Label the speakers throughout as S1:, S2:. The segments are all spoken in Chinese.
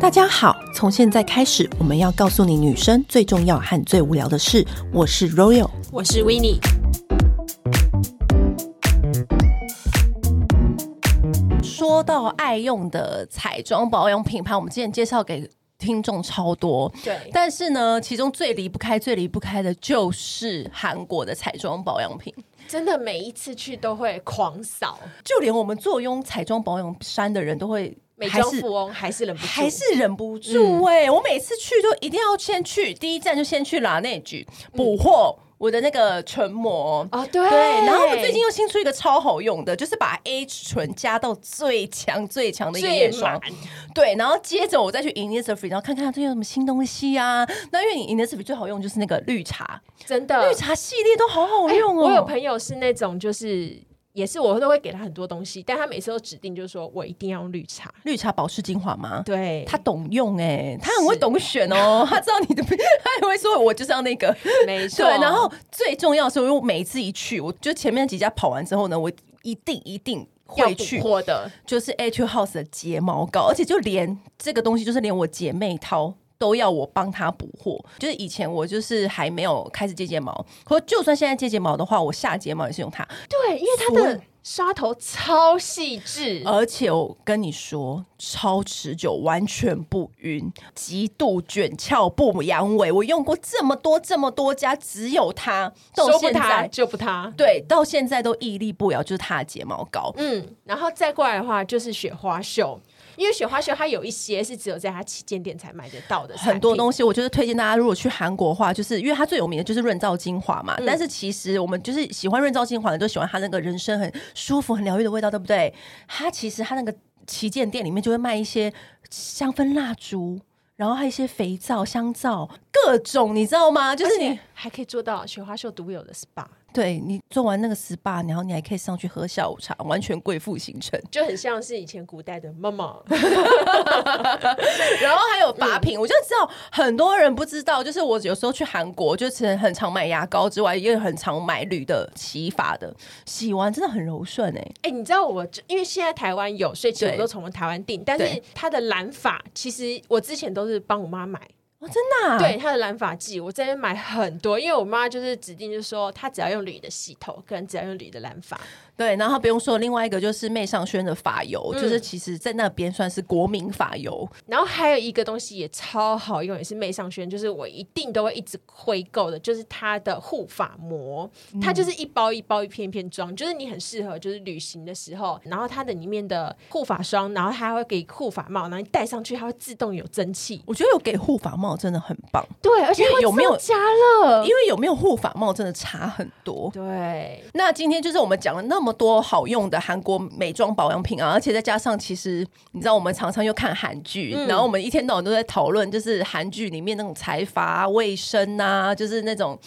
S1: 大家好，从现在开始，我们要告诉你女生最重要和最无聊的事。我是 Royal，
S2: 我是 w i n n i e
S1: 说到爱用的彩妆保养品牌，我们之前介绍给听众超多，
S2: 对
S1: 但是呢，其中最离不开、最离不开的就是韩国的彩妆保养品。
S2: 真的每一次去都会狂扫，
S1: 就连我们坐拥彩妆保养山的人都会，
S2: 美
S1: 还
S2: 妆
S1: 是
S2: 富翁哦还是忍不住，
S1: 还是忍不住哎、我每次去就一定要先去，第一站就先去拉内举补货。我的那个唇膜
S2: 哦对
S1: 对，然后我最近又新出一个超好用的，就是把 A 醇加到最强最强的一个
S2: 最
S1: 眼霜
S2: 满，，
S1: 对，然后接着我再去 Innisfree，然后看看它有什么新东西啊。那因为你 Innisfree 最好用就是那个绿茶，
S2: 真的
S1: 绿。茶系列都好好用哦。
S2: 嗯哎我有朋友是那种就是。也是我都会给他很多东西，但他每次都指定就是说我一定要用绿茶。
S1: 绿茶保湿精华吗？
S2: 对，
S1: 他懂用哎、他很
S2: 是
S1: 会懂选 哦，他知道你的，他也会说我就是要那个。
S2: 没错。
S1: 对，然后最重要的是，因为我每一次一去，我就前面几家跑完之后呢，我一定一定
S2: 要
S1: 会
S2: 补
S1: 去，
S2: 货的，
S1: 就是 H House 的睫毛膏，而且就连这个东西，就是连我姐妹淘。都要我帮她补货，就是以前我就是还没有开始接睫毛，可就算现在接睫毛的话，我下睫毛也是用它。
S2: 对，因为它的刷头超细致，
S1: 而且我跟你说，超持久，完全不晕，极度卷翘不阳痿。我用过这么多这么多家，只有它到
S2: 说不
S1: 现
S2: 它
S1: 在，
S2: 就不它。
S1: 对，到现在都屹立不摇，就是它的睫毛膏。
S2: 嗯，然后再过来的话就是雪花秀，因为雪花秀它有一些是只有在它旗舰店才买得到的，
S1: 很多
S2: 西。
S1: 东西，我就是推荐大家，如果去韩国的话，就是因为它最有名的就是润燥精华
S2: 嗯
S1: 嘛。但是其实我们就是喜欢润燥精华的，就喜欢它那个人生很舒服、很疗愈的味道，对不对？它其实它那个旗舰店里面就会卖一些香氛蜡烛，然后还有一些肥皂、香皂，各种你知道吗？就
S2: 而
S1: 是
S2: 且
S1: 你
S2: 还可以做到雪花秀独有的 SPA，
S1: 对你做完那个 SPA，然后你还可以上去喝下午茶，完全贵妇行程。
S2: 就很像是以前古代的妈妈。
S1: 然后还有把品，我就知道很多人不知道，就是我有时候去韩国，就是很常买牙膏之外，也很常买铝的洗发的，洗完真的很柔顺哎、
S2: 哎、你知道我就因为现在台湾有，所以其实
S1: 对
S2: 我都从台湾订，但是
S1: 对
S2: 它的染发其实我之前都是帮我妈买，
S1: 哦，真的、啊，
S2: 对，它的染发剂，我这边买很多，因为我妈就是指定就是说她只要用铝的洗头，跟只要用铝的染发，
S1: 对，然后不用说，另外一个就是媚尚轩的发油，就是其实在那边算是国民发油，
S2: 然后还有一个东西也超好用，也是媚尚轩，就是我一定都会一直回购的，就是它的护发膜，它就是一包一包一片一片装，就是你很适合就是旅行的时候，然后它的里面的护发霜，然后它还会给护发帽，然后你戴上去它会自动有蒸汽，
S1: 我觉得有给护发帽真的很棒，
S2: 对，而且
S1: 因为
S2: 它
S1: 有没有
S2: 造加热
S1: 因？为有没有护发帽真的差很多。
S2: 对，
S1: 那今天就是我们讲了那么多好用的韩国美妆保养品啊，而且再加上其实你知道我们常常又看韩剧，然后我们一天到晚都在讨论就是韩剧里面那种财阀啊、卫生啊，就是那种。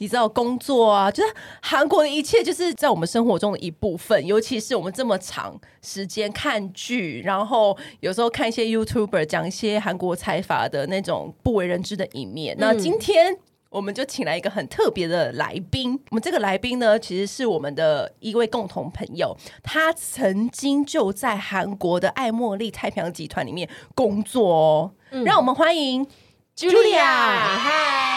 S1: 你知道工作啊，就是韩国的一切，就是在我们生活中的一部分。尤其是我们这么长时间看剧，然后有时候看一些 YouTuber 讲一些韩国财阀的那种不为人知的一面。那今天我们就请来一个很特别的来宾。我们这个来宾呢，其实是我们的一位共同朋友，他曾经就在韩国的爱茉莉太平洋集团里面工作哦。让我们欢迎。Julia
S2: 嗨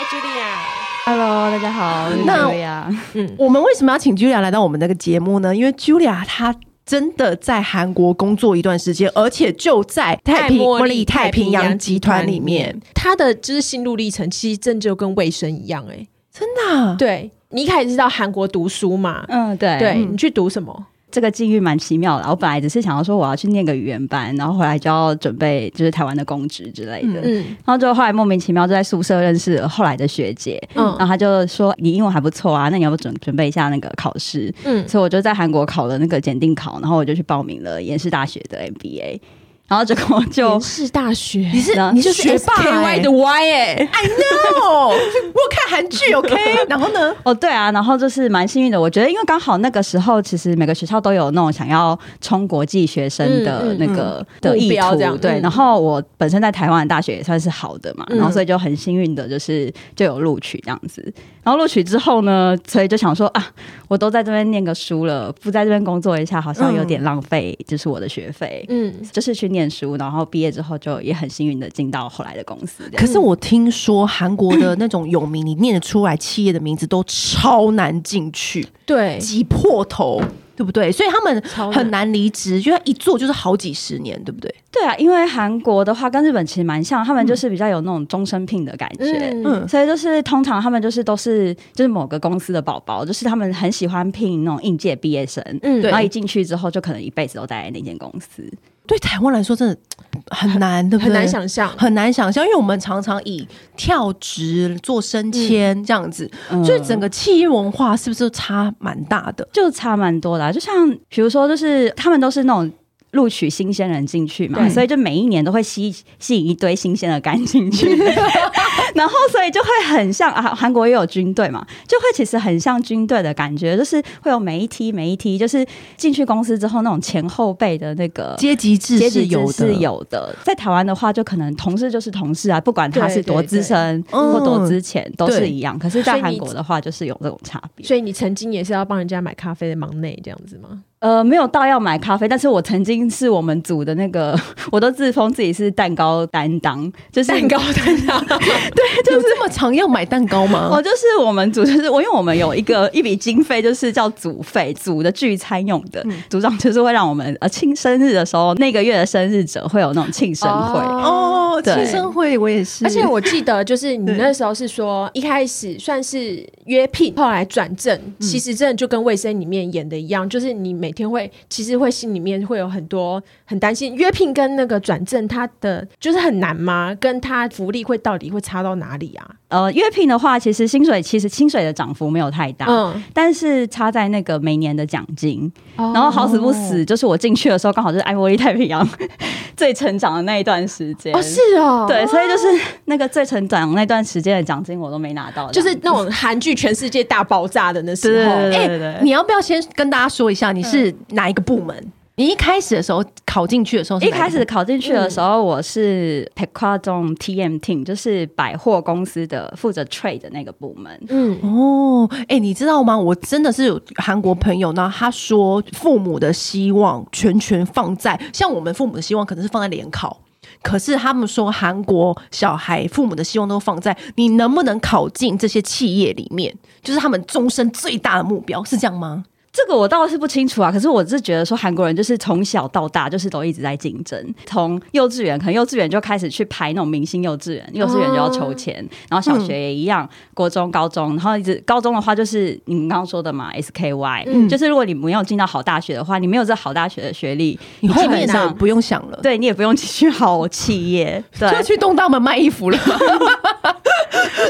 S2: ，Julia，
S3: Hello，大家好，
S2: 嗯
S3: 我是
S1: 那
S3: Julia。
S1: 我们为什么要请 Julia 来到我们这个节目呢？因为 Julia 她。真的在韩国工作一段时间，而且就在太平
S2: 爱茉莉
S1: 茉莉太平洋集团里面，
S2: 她的就是心路历程，其实真的就跟卫生一样、哎，
S1: 真的啊、
S2: 对你一开始是到韩国读书嘛？
S3: 嗯，对，
S2: 对你去读什么？
S3: 这个境遇蛮奇妙的。我本来只是想要说我要去念个语言班，然后回来就要准备就是台湾的公职之类的。
S2: 嗯
S3: 然后就后来莫名其妙就在宿舍认识了后来的学姐，然
S2: 嗯
S3: 后她就说你英文还不错啊，那你要不准准备一下那个考试？
S2: 嗯，
S3: 所以我就在韩国考了那个检定考，然后我就去报名了延世大学的 MBA，然后结果就
S2: 延世大学，
S1: 你是
S3: 然后
S1: 你是
S3: 就是
S1: 学霸、欸、
S3: SKY 的
S1: Y 哎、i know，我有看韩剧 OK，然后 呢，
S3: 哦，对啊，然后就是蛮幸运的，我觉得因为刚好那个时候，其实每个学校都有那种想要冲国际学生的
S2: 嗯嗯
S3: 那个、的
S2: 目
S3: 意
S2: 标
S3: 图，
S2: 这样
S3: 对。
S2: 嗯
S3: 然后我本身在台湾的大学也算是好的嘛，
S2: 嗯
S3: 然后所以就很幸运的，就是就有录取这样子。然后录取之后呢，所以就想说啊，我都在这边念个书了，不在这边工作一下，好像有点浪费，就是我的学费。
S2: 嗯
S3: 就是去念念书，然后毕业之后就也很幸运的进到后来的公司。这样
S1: 可是我听说韩国的那种泳名，你念得出来企业的名字都超难进去，
S2: 对
S1: 挤破头，对不对？所以他们
S2: 超难
S1: 很难离职，就他一做就是好几十年，对不对？
S3: 对啊，因为韩国的话跟日本其实蛮像，他们就是比较有那种终身聘的感觉。
S1: 嗯，
S3: 所以就是通常他们就是都是就是某个公司的宝宝，就是他们很喜欢聘那种应届毕业生，
S2: 嗯
S1: 对
S3: 然后一进去之后就可能一辈子都待在那间公司。
S1: 对台湾来说真的很难，对不对？
S2: 很难想象。
S1: 很难想象，因为我们常常以跳职做升迁这样子，
S3: 嗯
S1: 所以整个企业文化是不是差蛮大的？
S3: 就差蛮多的、啊，就像比如说，就是他们都是那种。录取新鲜人进去嘛，
S2: 对
S3: 所以就每一年都会吸吸引一堆新鲜的干进去， 然后所以就会很像啊，韩国也有军队嘛，就会其实很像军队的感觉，就是会有每一梯每一梯，就是进去公司之后那种前后辈的那个
S1: 阶级制
S3: 呃阶
S1: 是
S3: 级
S1: 有
S3: 制
S1: 的，
S3: 是有的。在台湾的话，就可能同事就是同事啊，不管他是多资深
S1: 对对
S3: 或多之前都
S1: 对
S3: 是一样。可是，在
S2: 所以
S3: 韩
S2: 你
S3: 国的话，就是有这种差别。
S2: 所以你曾经也是要帮人家买咖啡的忙内这样子吗？
S3: 呃，没有到要买咖啡，但是我曾经是我们组的那个， 我都自封自己是蛋糕担当，就是
S2: 蛋糕蛋糕，
S1: 有哎这么常要买蛋糕吗？
S3: 我哦就是我们组，就是我，因为我们有一个一笔经费，就是叫组费，组的聚餐用的。
S2: 嗯
S3: 组长就是会让我们呃庆生日的时候，那个月的生日者会有那种庆生会。
S1: 哦，
S3: 对
S1: 庆生会我也是，
S2: 而且我记得，就是 你那时候是说，一开始算是约聘，后来转正，嗯其实真的就跟卫生里面演的一样，就是你每天会，其实会心里面会有很多很担心，约聘跟那个转正，它的就是很难吗？跟它福利会到底会差到哪里啊？
S3: 呃，月聘的话，其实薪水其实薪水的涨幅没有太大，
S2: 嗯，
S3: 但是差在那个每年的奖金。
S2: 然
S3: 然后好死不
S2: 哦
S3: 死，就是我进去的时候，刚好就是爱茉莉太平洋 最成长的那一段时间。
S2: 哦是哦，
S3: 对，所以就是 那个最成长那段时间的奖金我都没拿到，
S2: 就是那种韩剧全世界大爆炸的那
S3: 对
S2: 时
S3: 对
S2: 候，
S3: 对
S1: 哎、
S3: 对对对。
S1: 你要不要先跟大家说一下你是哪一个部门？你一开始的时候考进去的时候是
S3: 一
S1: 哪个部
S3: 开
S1: 门，
S3: 始考进去的时候，我是 p e c a d o n TM Team，就是百货公司的负责 trade 的那个部门。
S2: 嗯，
S1: 哦，哎、你知道吗？我真的是有韩国朋友呢，他说父母的希望全权放在，像我们父母的希望可能是放在联考，可是他们说韩国小孩父母的希望都放在你能不能考进这些企业里面，就是他们终身最大的目标，是这样吗？
S3: 这个我倒是不清楚啊，可是我是觉得说韩国人就是从小到大就是都一直在竞争，从幼稚园可能幼稚园就开始去排那种明星幼稚园，幼稚园就要抽签，然后小学也一样，国中、高中，然后一直高中的话就是你们刚刚说的嘛，SKY，、就是如果你没有进到好大学的话，你没有这好大学的学历，
S1: 你
S3: 基
S1: 后
S3: 本
S1: 面的
S3: 上
S1: 不用想了，
S3: 对你也不用去好企业，对
S1: 就。去东大门卖衣服了。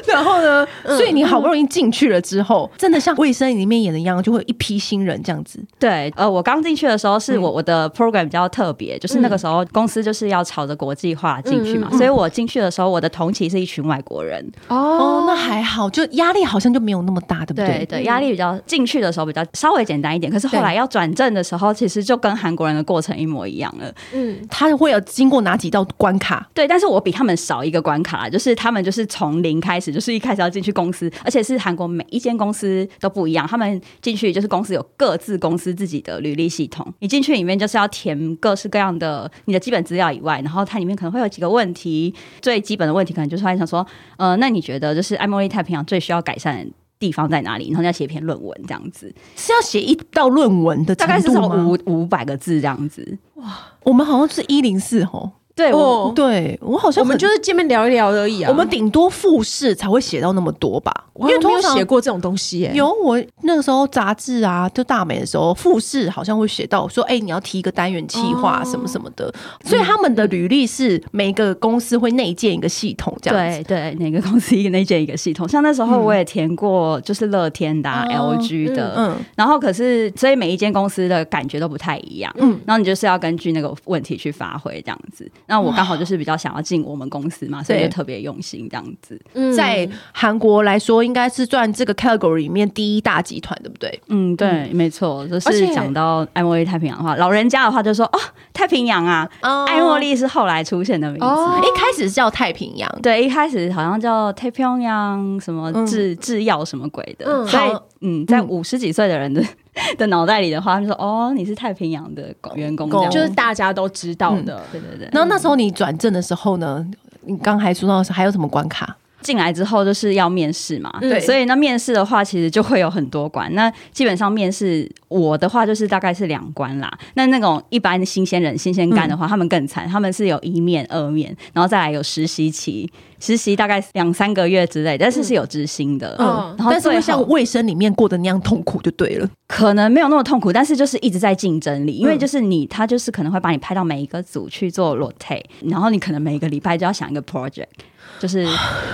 S1: 然后呢，所以你好不容易进去了之后，真的像《卫生》里面演的一样，就会有一批新人这样子。
S3: 对，呃，我刚进去的时候是我、我的 program 比较特别，就是那个时候公司就是要朝着国际化进去嘛，所以我进去的时候，我的同期是一群外国人，
S1: 哦
S2: 哦，
S1: 那还好，就压力好像就没有那么大，对不
S3: 对
S1: 对？
S3: 对，压力比较进去的时候比较稍微简单一点，可是后来要转正的时候，其实就跟韩国人的过程一模一样了。
S2: 嗯，
S1: 他会有经过哪几道关卡？
S3: 对，但是我比他们少一个关卡啦，就是他们就是从零开始，就是一开始要进去公司，而且是韩国每一间公司都不一样，他们进去就是公司有各自公司自己的履历系统，你进去里面就是要填各式各样的你的基本资料以外，然后它里面可能会有几个问题，最基本的问题可能就是会想说，呃，那你觉得就是爱茉莉太平洋最需要改善的地方在哪里？然后你要写一篇论文这样子。
S1: 是要写一道论文的
S3: 大
S1: 程
S3: 概至
S1: 度
S3: 少
S1: 吗？
S3: 五五百个字这样子。
S1: 我们好像是一零四吼，
S3: 对，我、
S2: 哦
S1: 对我好像
S2: 我们
S1: 很
S2: 就是见面聊一聊而已啊，
S1: 我们顶多复试才会写到那么多吧，因
S2: 因为
S1: 为
S2: 没
S1: 通
S2: 有
S1: 常
S2: 写过这种东西耶，
S1: 有我那个时候杂志啊，就大美的时候，复试好像会写到说，哎、你要提一个单元企
S3: 哦
S1: 划什么什么的，所以他们的履历是每个公司会内建一个系统这样子。
S3: 对对，哪个公司一个内建一个系统。像那时候我也填过，就是乐天的、啊
S1: 哦
S3: LG 的，
S1: 嗯，
S3: 然后可是所以每一间公司的感觉都不太一样。嗯，然后你就是要根据那个问题去发挥这样子。那我刚好就是比较想要进我们公司嘛，所以
S1: 对
S3: 就特别用心这样子。
S2: 嗯
S1: 在韩国来说，应该是算这个 category 里面第一大集团，对不对？
S3: 嗯，对，没错，就
S2: 而
S3: 是
S2: 且
S3: 讲到爱茉莉太平洋的话，老人家的话就说哦，太平洋啊，
S1: 哦
S3: 爱茉莉是后来出现的名字。
S2: 哦
S1: 一开始是叫太平洋，
S3: 对，一开始好像叫 t a p y o n g 什么
S1: 嗯
S3: 制制药什么鬼的，
S2: 嗯
S3: 所以
S1: 好
S3: 嗯，在
S1: 嗯
S3: 五十几岁的人的的脑袋里的话，他们说哦，你是太平洋的工员工，这样
S1: 工
S2: 就是大家都知道的。
S3: 对对对。
S1: 然后那时候你转正的时候呢，你刚还说到是还有什么关卡？
S3: 进来之后就是要面试嘛，
S2: 嗯
S3: 所以那面试的话，其实就会有很多关。那基本上面试我的话就是大概是两关啦。那那种一般的新鲜人、新鲜干
S1: 嗯
S3: 的话，他们更惨，他们是有一面、二面，然后再来有实习期，实习大概两三个月之类，但是是有执行的。
S2: 嗯
S3: 嗯，然后
S1: 但是
S3: 最
S1: 会
S3: 后
S1: 像卫生里面过的那样痛苦就对了。
S3: 可能没有那么痛苦，但是就是一直在竞争里，因为就是你，他就是可能会把你派到每一个组去做 rotate，然后你可能每个礼拜就要想一个 project，就是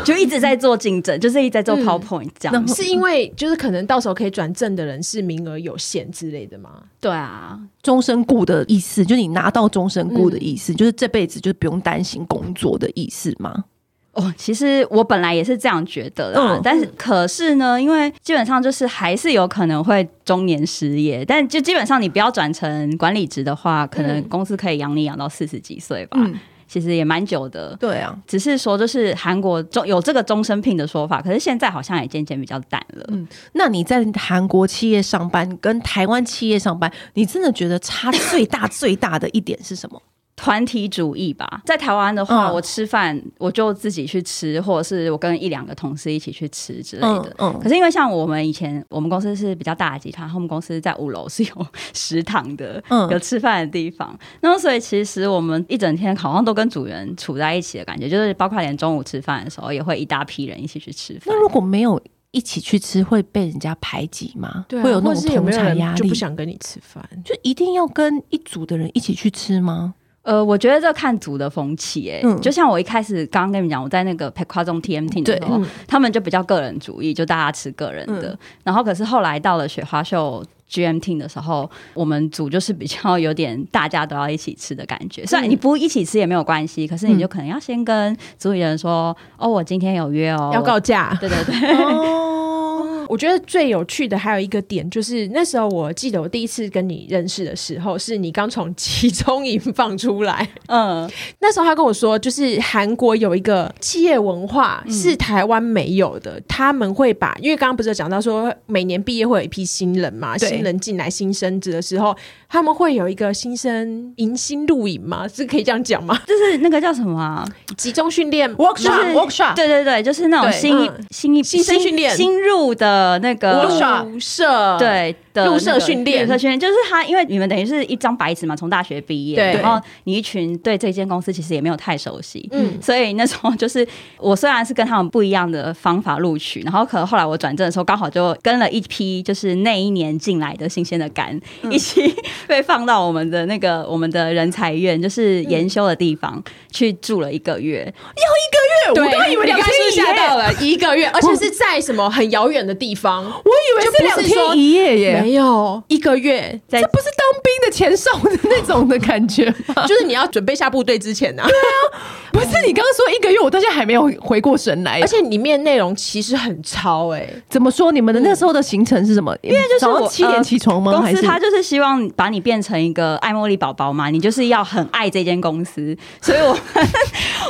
S3: 就一直在做竞争，就是一直在做
S2: 嗯
S3: PowerPoint 这样。
S1: 那么
S2: 是因为就是可能到时候可以转正的人是名额有限之类的吗？
S3: 对啊，
S1: 终身雇的意思就是你拿到终身雇的意
S2: 嗯
S1: 思，就是这辈子就不用担心工作的意思吗？
S3: 哦，其实我本来也是这样觉得啦，
S1: 嗯
S3: 但是可是呢，因为基本上就是还是有可能会中年失业，但就基本上你不要转成管理职的话，可能
S2: 嗯
S3: 公司可以养你养到四十几岁吧，
S1: 嗯，
S3: 其实也蛮久的。
S1: 对啊，
S3: 只是说，就是韩国中有这个终身聘的说法，可是现在好像也渐渐比较淡了。
S1: 嗯那你在韩国企业上班跟台湾企业上班，你真的觉得差最大最大的一点是什么？
S3: 团体主义吧，在台湾的话，
S1: 嗯
S3: 我吃饭我就自己去吃，或者是我跟一两个同事一起去吃之类的。
S1: 嗯
S3: 可是因为像我们以前，我们公司是比较大的集团，他们公司在五楼是有食堂的，
S1: 嗯
S3: 有吃饭的地方。然后所以其实我们一整天好像都跟组员处在一起的感觉，就是包括连中午吃饭的时候，也会一大批人一起去吃饭
S1: 那。如果没有一起去吃，会被人家排挤吗？会有那
S2: 啊或
S1: 种
S2: 是有
S1: 同
S2: 没有
S1: 产压
S2: 人就
S1: 力？
S2: 不想跟你吃饭？
S1: 就一定要跟一组的人一起去吃吗？
S3: 呃，我觉得这看组的风气、欸，
S1: 嗯
S3: 就像我一开始刚刚跟你们讲，我在那个 p e q a 中 TMT 的时候
S2: 对嗯，
S3: 他们就比较个人主义，就大家吃个人的。然后可是后来到了雪花秀 GMT 的时候，我们组就是比较有点大家都要一起吃的感
S2: 嗯
S3: 觉。虽然你不一起吃也没有关系，可是你就可能要先跟组里人说：“哦，我今天有约哦。”
S2: 要告假？
S3: 对对 对，
S1: 哦，
S2: 我觉得最有趣的还有一个点，就是那时候我记得我第一次跟你认识的时候，是你刚从集中营放出来。
S3: 嗯，
S2: 那时候他跟我说，就是韩国有一个企业文化是台湾没有的，他们会把，因为刚刚不是有讲到说每年毕业会有一批新人嘛，
S1: 对
S2: 新人进来新生子的时候，他们会有一个新生迎新录影嘛，是可以这样讲吗？
S3: 就是那个叫什么啊、
S2: 集中训练
S1: Workshop，workshop
S3: 对对对，就是那种
S1: 对
S3: 新一
S2: 嗯
S3: 新一
S2: 新生训练
S3: 新入的那个
S1: Workshop
S2: 入社，
S3: 对的
S2: 呃入
S3: 那
S2: 社
S3: 个
S2: 训练
S3: 入社训练就是他，因为你们等于是一张白纸嘛，从大学毕业，
S2: 对
S3: 然后你一群对这间公司其实也没有太熟悉，
S2: 嗯
S3: 所以那时候就是我虽然是跟他们不一样的方法录取，然后可能后来我转正的时候刚好就跟了一批就是那一年进来的新鲜的干，
S2: 嗯
S3: 一起 被放到我们的那个我们的人才院，就是
S2: 嗯
S3: 研修的地方去住了一个月，
S1: 要一个月，
S2: 对，
S1: 我刚以为两
S2: 你
S1: 天
S2: 刚是不
S1: 一
S2: 是
S1: 夜
S2: 吓，到了一个 月，而且是在什么很遥远的地方，
S1: 我以为
S2: 就不
S1: 是
S2: 是
S1: 两
S2: 说
S1: 天一夜耶，
S2: 没有一个月，
S3: 在
S1: 这不是当兵的前哨的那种的感觉吗？
S2: 就是你要准备下部队之前呐、啊。
S1: 不是你刚刚说一个月，我到现在还没有回过神来
S2: 而。且里面内容其实很超哎、
S1: 怎么说？你们的那时候的行程是什么？因为
S3: 就是
S1: 早上
S3: 我
S1: 七点
S3: 呃
S1: 起床吗？
S3: 公
S1: 还
S3: 司
S1: 是
S3: 他就是希望把你变成一个爱茉莉宝宝嘛，你就是要很爱这间公司， 所以我们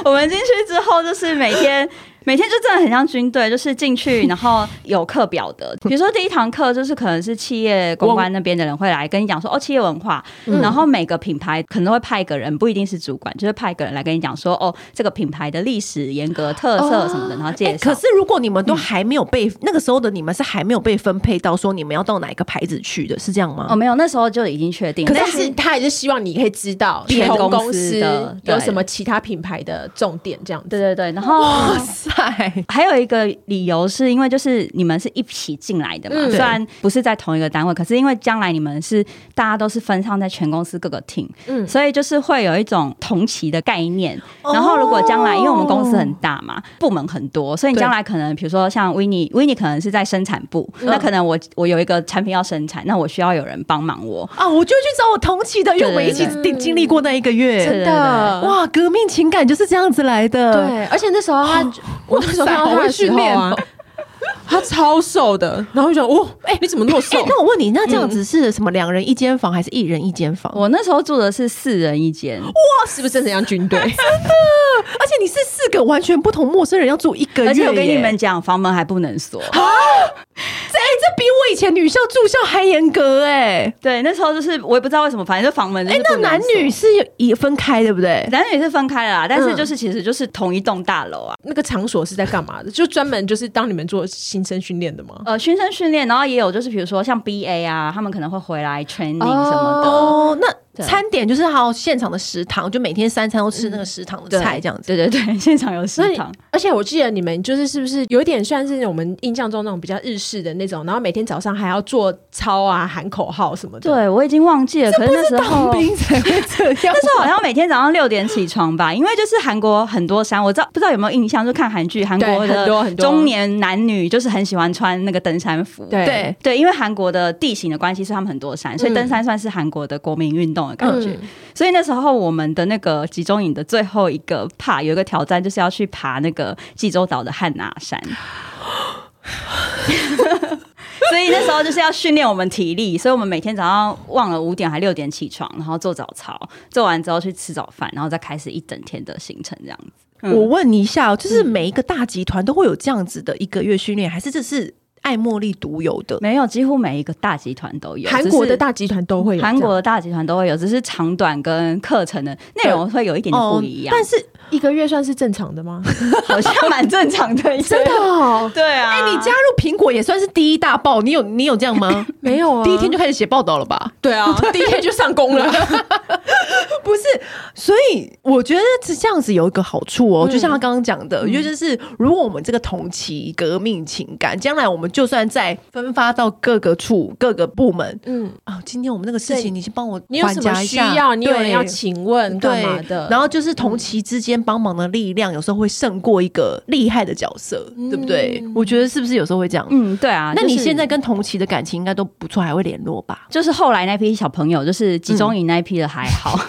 S3: 我们进去之后就是每天。 每天就真的很像军队，就是进去，然后有课表的。 比如说第一堂课就是可能是企业公关那边的人会来跟你讲说，哦，企业文化。
S1: 嗯
S3: 然后每个品牌可能都会派一个人，不一定是主管，就是派一个人来跟你讲说，哦，这个品牌的历史、严格特色什么的，然后
S1: 哎、
S3: 介绍。嗯
S1: 可是如果你们都还没有被、那个时候的你们是还没有被分配到说你们要到哪一个牌子去的，是这样吗？
S3: 哦，没有，那时候就已经确定了。
S2: 但是他还是希望你可以知道不
S3: 全
S2: 同
S3: 公
S2: 公
S3: 司的
S2: 司有什么其他品牌的重点这样子。
S3: 对对对，然后
S1: 哇塞！
S3: 还有一个理由是因为就是你们是一起进来的嘛，
S2: 嗯
S3: 虽然不是在同一个单位，可是因为将来你们是大家都是分散在全公司各个 team，
S2: 嗯
S3: 所以就是会有一种同期的概念。然后如果将来因为我们公司很大嘛，部门很多，所以你
S2: 对
S3: 将来可能比如说像维尼，维尼可能是在生产部，那可能我我有一个产品要生产，那我需要有人帮忙我。
S1: 啊，我就去找我同期的，因为我们一起
S3: 对
S2: 对对
S1: 经经历过那一个月。
S3: 对
S2: 真
S3: 对
S2: 的哇，
S1: 哇，革命情感就是这样子来的。
S2: 对，而且那时候他，我那时候看到他的时候
S1: 哇塞好
S2: 啊，他超瘦的，然后我就想，哇，哎、你怎么那么
S1: 哎、
S3: 哦
S2: 瘦？
S1: 那我问你，那这
S3: 嗯
S1: 样子是什么？两人一间房还是一人一间房？
S3: 我那时候住的是四人一间，
S2: 是不是真的像军队？
S1: 而且你是四个完全不同陌生人要住一个月，
S3: 而且我跟你们，讲，房门还不能锁。
S1: 哎这比我以前女校住校还严格哎、
S3: 对，那时候就是我也不知道为什么，反正就房门就
S1: 哎、
S3: 是
S1: 那
S3: 不能
S1: 男女
S3: 锁
S1: 是有也分开对不对？
S3: 男女是分开了啦，但是
S1: 嗯
S3: 就是其实就是同一栋大楼啊。
S2: 那个场所是在干嘛的？就专门就是当你们做新生训练的吗？
S3: 呃，新生训练，然后也有就是比如说像 BA 啊，他们可能会回来 training 什么的。
S1: 哦，那
S3: 对
S1: 餐点就是还有现场的食堂，就每天三餐都吃那个食堂的
S3: 对
S1: 菜这样子。
S3: 对对对，现场有
S2: 那
S3: 食
S2: 你
S3: 堂，
S2: 而且我记得你们就是是不是有点算是我们印象中那种比较日式的那种，然后每天早上还要做操啊、喊口号什么的。，
S3: 对我已经忘记了，可是那时候
S1: 当兵才会这样
S3: 那时候好像每天早上六点起床吧，因为就是韩国很多山，我知道不知道有没有印象，就看韩剧，韩国
S2: 对很多很
S3: 的
S2: 多
S3: 中年男女就是很喜欢穿那个登山服。
S2: 对
S1: 对，
S3: 对，因为韩国的地形的关系，是他们很多山，所以登山算是韩国的国民运动的
S2: 嗯
S3: 感觉。所以那时候我们的那个集中营的最后一个怕有一个挑战，就是要去爬那个济州岛的汉拿山。 所以那时候就是要训练我们体力，所以我们每天早上忘了五点还六点起床，然后做早操，做完之后去吃早饭，然后再开始一整天的行程这样子。嗯
S1: 我问你一下哦，就是每一个大集团都会有这样子的一个月训练，还是这是爱茉莉独有的？
S3: 没有，几乎每一个大集团都有，
S2: 韩国
S3: 只是
S2: 的大集团都会有这样。
S3: 韩国的大集团都会有，只是长短跟课程的内容会有一点点不一样，
S1: 哦但是
S2: 一个月算是正常的吗？
S3: 好像蛮正常的。 真的，
S2: 哦，
S3: 对啊。
S1: 哎、你加入苹果也算是第一大报，你有你有这样 吗？
S2: 没有啊，
S1: 第一天就开始写报道了吧？
S2: 对 啊，第一天就上工 了。
S1: 不是，所以我觉得是这样子有一个好处哦，
S2: 嗯
S1: 就像他刚刚讲的，我觉得就是如果我们这个同期革命情感，将来我们就算再分发到各个处、各个部门
S2: 嗯，
S1: 啊、今天我们那个事
S2: 对
S1: 情，你先帮我
S2: 你有
S1: 缓
S2: 什么
S1: 夹一
S2: 需
S1: 下
S2: 要？你有人要
S1: 对
S2: 请问干嘛的？
S1: 然后就是同期之间帮忙的力量，有时候会胜过一个厉害的角色，
S2: 嗯
S1: 对不对？我觉得是不是有时候会这样？
S3: 嗯，对啊。
S1: 那
S3: 就
S1: 你
S3: 是
S1: 现在跟同期的感情应该都不错，还会联络吧？
S3: 就是后来那批小朋友，就是集中营那一批的还好，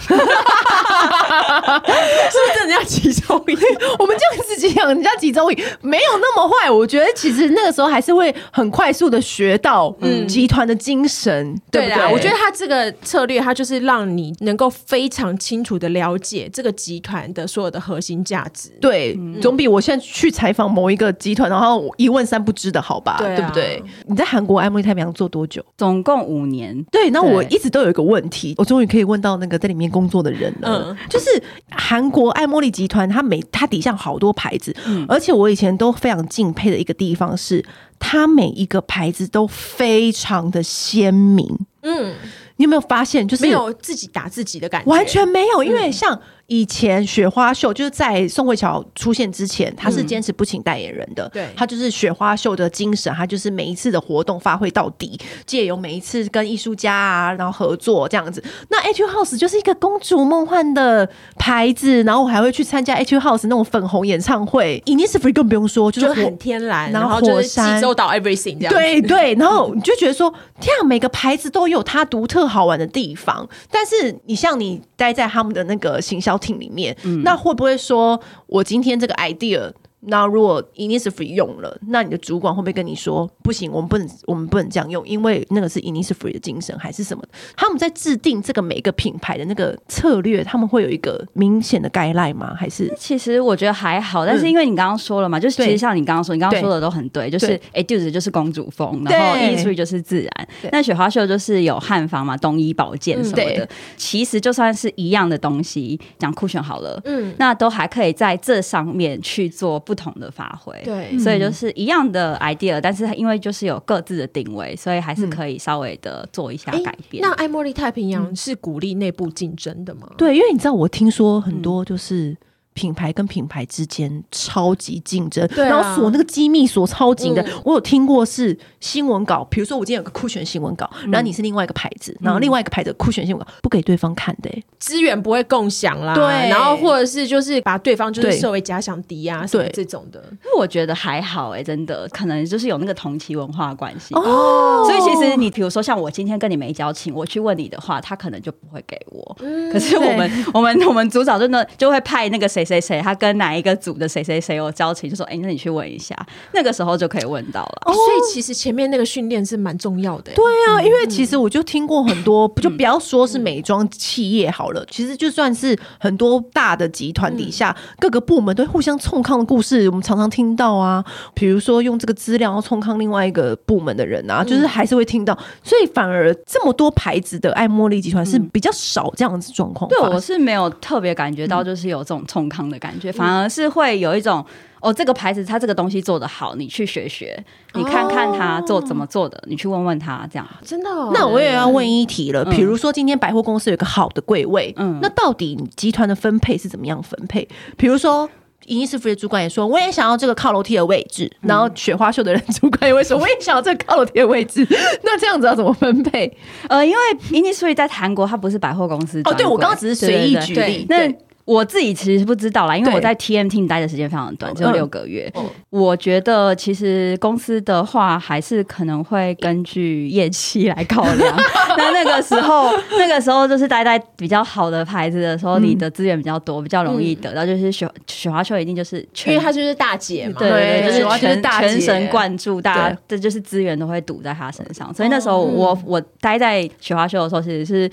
S1: 是人家集中 营，
S2: 啊
S1: 我们这样自己讲人家集中营没有那么坏。我觉得其实那个时候还是会很快速的学到集团的精神，对不
S2: 嗯啦，
S1: 对？
S2: 我觉得他这个策略，他就是让你能够非常清楚的了解这个集团的所有的核心价值。
S1: 对，
S2: 嗯
S1: 总比我现在去采访某一个集团，然后一问三不知的好吧？
S2: 对啊
S1: 不对？你在韩国爱茉莉太平洋做多久？
S3: 总共五年。
S1: 对，那
S3: 对
S1: 我一直都有一个问题，我终于可以问到那个在里面工作的人了，
S2: 嗯
S1: 就是韩国爱茉莉集团，它每它底下好多牌子，
S2: 嗯
S1: 而且我以前都非常敬佩的一个地方是，它每一个牌子都非常的鲜明。
S2: 嗯，
S1: 你有没有发现？就是
S2: 没有自己打自己的感觉，
S1: 完全没有，因为像以前雪花秀，就是在宋慧乔出现之前，她是坚持不请代言人的，
S2: 对
S1: 她就是雪花秀的精神，她就是每一次的活动发挥到底，借由每一次跟艺术家啊，然后合作这样子。那 H House 就是一个公主梦幻的牌子，然后我还会去参加 H House 那种粉红演唱会，Innisfree 更不用说，就是
S2: 就
S1: 我
S2: 很天然，
S1: 然
S2: 然
S1: 后
S2: 后就
S1: 火
S2: 是
S1: 山
S2: 济州岛 everything 这样。，
S1: 对对，然后你就觉得说，天啊，每个牌子都有它独特好玩的地方。但是你像你待在他们的那个行销 team 里面，
S2: 嗯
S1: 那会不会说我今天这个 idea？那如果 Innisfree 用了，那你的主管会不会跟你说不行？我们不能，我们不能这样用，因为那个是 Innisfree 的精神还是什么的？他们在制定这个每个品牌的那个策略，他们会有一个明显的 guideline 吗？还是
S3: 其实我觉得还好，但是因为你刚刚说了嘛，就是其
S1: 对
S3: 实像你刚刚说，你刚刚
S1: 对
S3: 说的都很对，就是
S1: 对
S3: 哎 d u e 就是公主风，然后
S1: 对
S3: E three 就是自然
S1: 对，
S3: 那雪花秀就是有汉方嘛，东医保健什么
S1: 嗯
S3: 的，
S1: 对
S3: 其实就算是一样的东西，讲酷炫好了，
S2: 嗯，
S3: 那都还可以在这上面去做不同的发挥。
S2: 对
S3: 所以就是一样的 idea，但是因为就是有各自的定位，所以还是可以稍微的做一下
S2: 诶
S3: 改变。
S2: 那爱茉莉太平洋是鼓励内部竞争的吗？
S1: 对，因为你知道，我听说
S2: 嗯
S1: 很多就是品牌跟品牌之间超级竞争，
S2: 对啊
S1: 然后锁那个机密锁超紧的。
S2: 嗯
S1: 我有听过是新闻稿，比如说我今天有个酷炫新闻稿，
S2: 嗯
S1: 然后你是另外一个牌子，然后另外一个牌子的酷炫新闻稿不给对方看的、欸
S2: 资源不会共享啦，
S1: 对
S2: 然后或者是就是把对方就是
S1: 对
S2: 设为假想敌啊，什么
S1: 对
S2: 这种的。
S3: 因为我觉得还好哎、真的，可能就是有那个同期文化关系。
S1: 哦
S3: 所以其实你比如说像我今天跟你没交情，我去
S2: 嗯
S3: 嗯 问你的话，他可能就不会给我。可是我们我们我们组长真的就会派那个谁谁谁，他跟哪一个组的谁谁谁有交情，就说哎、那你去问一下，那个时候就可以问到
S2: 所
S3: 了。
S2: 以其实前面那个训练是蛮重要的、欸。
S1: 对啊，因为其实我就听过很多，就不要说是美妆企业好
S3: 嗯
S1: 了，其实就算是很多大的集团底下，
S3: 嗯
S1: 各个部门都会互相冲抗的故事，我们常常听到啊。比如说用这个资料要冲抗另外一个部门的人
S3: 嗯
S1: 啊，就是还是会听到，所以反而这么多牌子的爱茉莉集团是比较少这样子状况发
S3: 嗯对
S1: 生。
S3: 我是没有特别感觉到，就是有这种冲康的感觉，反而是会有一种哦，这个牌子它这个东西做的好，你去学学，你看看它做怎么做的，你去问问他这样。
S2: 真的、哦。
S1: 那我也要问一题了，比如说今天百货公司有一个好的柜位，
S3: 嗯
S1: 那到底你集团的分配是怎么样分配？比如说。营业师服的主管也说，我也想要这个靠楼梯的位置。然后雪花秀的人主管也会说，我也想要这个靠楼梯的位置。 那这样子要怎么分配？
S3: 呃，因为 Innisfree 在韩国它不是百货公司
S1: 哦，对
S3: 专
S1: 我
S3: 柜
S1: 刚刚只是随意
S3: 对对对
S1: 举
S2: 对
S1: 例。
S3: 那我自己其实不知道啦，因为
S1: 对
S3: 我在 TMT 待的时间非常短，只有
S1: 嗯
S3: 六个月。
S1: 嗯
S3: 我觉得其实公司的话，还是可能会根据业绩来考 量。那那个时候，那个时候就是待在比较好的牌子的时候，你
S1: 嗯
S3: 的资源比较多，比较容易得到。就是雪雪花秀一定就是
S2: 因
S3: 全
S2: 为她就是大姐嘛，
S3: 对对
S1: 对
S3: 对，
S1: 主要
S3: 就是
S1: 就是
S3: 全
S1: 大姐
S3: 全神贯注，大家
S1: 对
S3: 这就是资源都会堵在他身上。所以那时候我、我待在雪花秀的时候，其实是。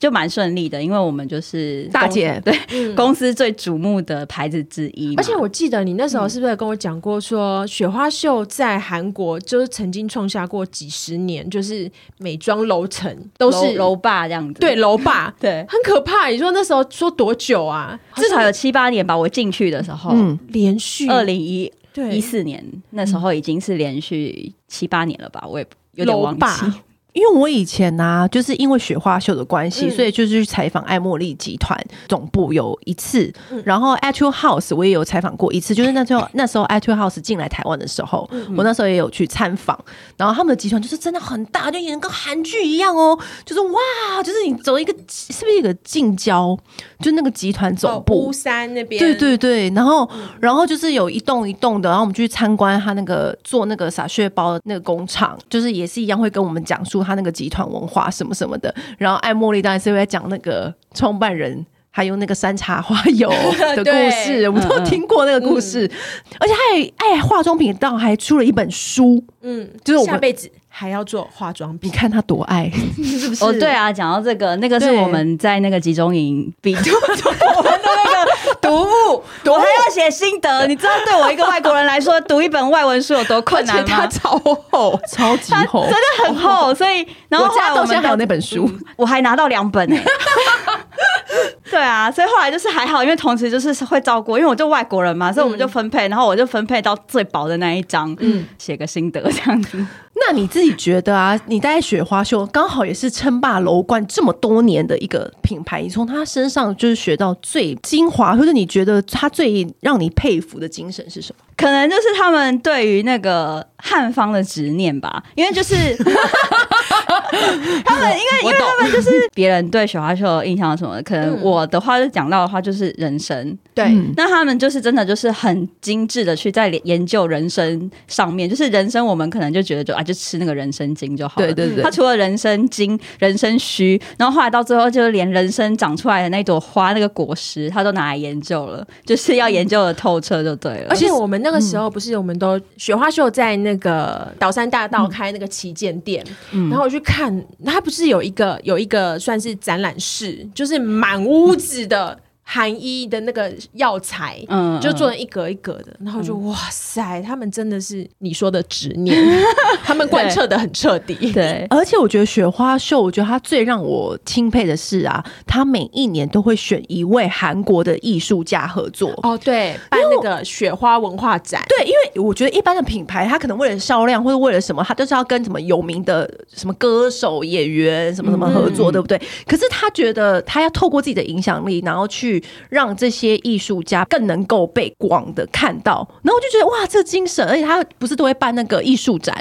S3: 就蛮顺利的，因为我们就是
S1: 大
S3: 公
S1: 姐
S3: 对、公司最瞩目的牌子之一嘛。
S2: 而且我记得你那时候是不是跟我讲过说，雪花秀在韩国就是曾经创下过几十年，就是美妆楼层都是
S3: 楼霸这样子，
S2: 对楼霸，
S3: 对，
S2: 很可怕。你说那时候说多久啊？
S3: 至少有七八年吧。我进去的时候，
S1: 嗯，
S2: 连续
S3: 二零一
S2: 对
S3: 一四年那时候已经是连续七八年了吧，我也有点
S2: 楼
S3: 忘
S2: 霸
S3: 记。
S1: 因为我以前呢、就是因为雪花秀的关系，
S2: 嗯
S1: 所以就是去采访爱茉莉集团总部有一次，然后 Actual House 我也有采访过一次，就是那时候那时候 Actual House 进来台湾的时候，我那时候也有去参访，然后他们的集团就是真的很大，就演得跟韩剧一样哦，就是哇，就是你走一个是不是一个近郊，就那个集团总部、
S2: 哦乌山那边，
S1: 对对对，然后然后就是有一栋一栋的，然后我们去参观他那个做那个傻血包的那个工厂，就是也是一样会跟我们讲述他那个集团文化什么什么的。然后艾茉莉当然是会在讲那个创办人。还有那个山茶花油的故事，
S2: 对
S1: 我们都
S3: 嗯嗯
S1: 听过那个故事，而且还爱化妆品，当还出了一本书，
S2: 嗯，
S1: 就是我
S2: 下
S1: 们
S2: 辈子还要做化妆
S1: 你
S2: 品。
S1: 看他多爱，是不是？
S3: 哦，对啊，讲到这个，那个是
S1: 对
S3: 我们在那个集中营比我们的那个读物， 我还
S1: 哦
S3: 要写心得。你知道对我一个外国人来说，读一本外文书有多困难吗？
S1: 超厚，超级厚，
S3: 真的很厚，所以然后
S1: 哦我
S3: 后来
S1: 家
S3: 我
S1: 到现在
S3: 们
S1: 还有那
S3: 的
S1: 本书，
S3: 我还拿到两 本、欸。对啊，所以后来就是还好，因为同时就是会照顾，因为我就外国人嘛，所以我们就
S1: 嗯
S3: 分配，然后我就分配到最薄的那一张，嗯，写个心得这样子。
S1: 那你自己觉得啊，你待在雪花秀刚好也是称霸楼冠这么多年的一个品牌，你从他身上就是学到最精华，或者你觉得他最让你佩服的精神是什么？
S3: 可能就是他们对于那个汉方的执念吧，因为就是 他们，因为因为他们就是别人对雪花秀的印象是什么，可能我的话就讲到的话就是人参，
S2: 对
S1: 嗯
S3: 那他们就是真的就是很精致的去在研究人参上面，就是人参我们可能就觉得就啊就吃那个人参精就好了，
S1: 对对对
S3: 它除了人参精、人参须，然后后来到最后就是连人参长出来的那朵花那个果实，它都拿来研究了，就是要研究的透彻就对了
S2: 而。且我们那个时候不是我们都雪花秀在那个岛山大道开那个旗舰店，然后我去看，它不是有一个有一个算是展览室，就是满屋子的韩医的那个药材。
S3: 嗯
S2: 就做
S3: 嗯
S2: 成一格一格的，然后就、哇塞，他们真的是你说的执念，他们贯彻的很彻底。
S3: 对，哦
S1: 而且我觉得雪花秀，我觉得他最让我钦佩的是啊，他每一年都会选一位韩国的艺术家合作。
S2: 哦，对，办那个雪花文化展，
S1: 对，因为我觉得一般的品牌，它可能为了销量或者为了什么，它就是要跟什么有名的什么歌手、演员什么什么合作，对不对？可是他觉得他要透过自己的影响力，然后去让这些艺术家更能够被广的看到。然后我就觉得哇，这个精神，而且他不是都会办那个艺术展，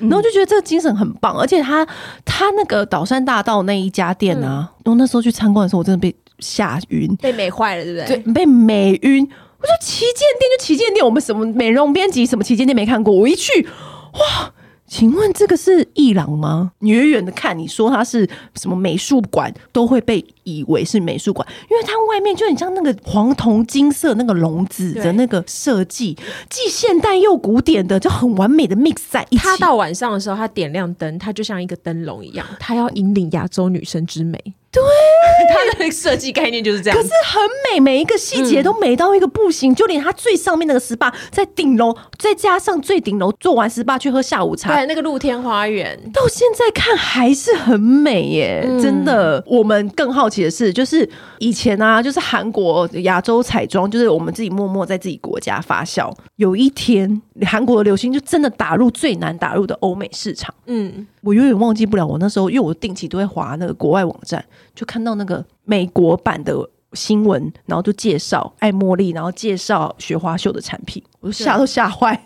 S1: 然后我就觉得这个精神很棒。而且他他那个岛山大道那一家店啊，我那时候去参观的时候，我真的被吓晕。
S2: 被美坏了，对不对？
S1: 对，被美晕。我说旗舰店就旗舰店，我们什么美容编辑什么旗舰店没看过，我一去，哇，请问这个是伊朗吗？你远远的看，你说它是什么美术馆，都会被以为是美术馆，因为它外面就很像那个黄铜金色那个笼子的
S2: 对
S1: 那个设计，既现代又古典的，就很完美的 mix 在一起。
S2: 他到晚上的时候，他点亮灯，他就像一个灯笼一样， 他要引领亚洲女生之美。对， 他的设计概念就是这样
S1: 可
S2: 子
S1: 是。很美，每一个细节都美到一个不行。就连它最上面那个 SPA，在顶楼，再加上最顶楼做完 SPA 去喝下午茶，
S2: 对，那个露天花园，
S1: 到现在看还是很美耶，
S2: 嗯
S1: 真的。我们更好奇的是，就是以前啊，就是韩国亚洲彩妆，就是我们自己默默在自己国家发酵。有一天，韩国的流行就真的打入最难打入的欧美市场。
S2: 嗯，
S1: 我永远忘记不了我那时候，因为我定期都会划那个国外网站，就看到那个美国版的新闻，然后就介绍爱茉莉，然后介绍雪花秀的产品，我就吓都吓坏。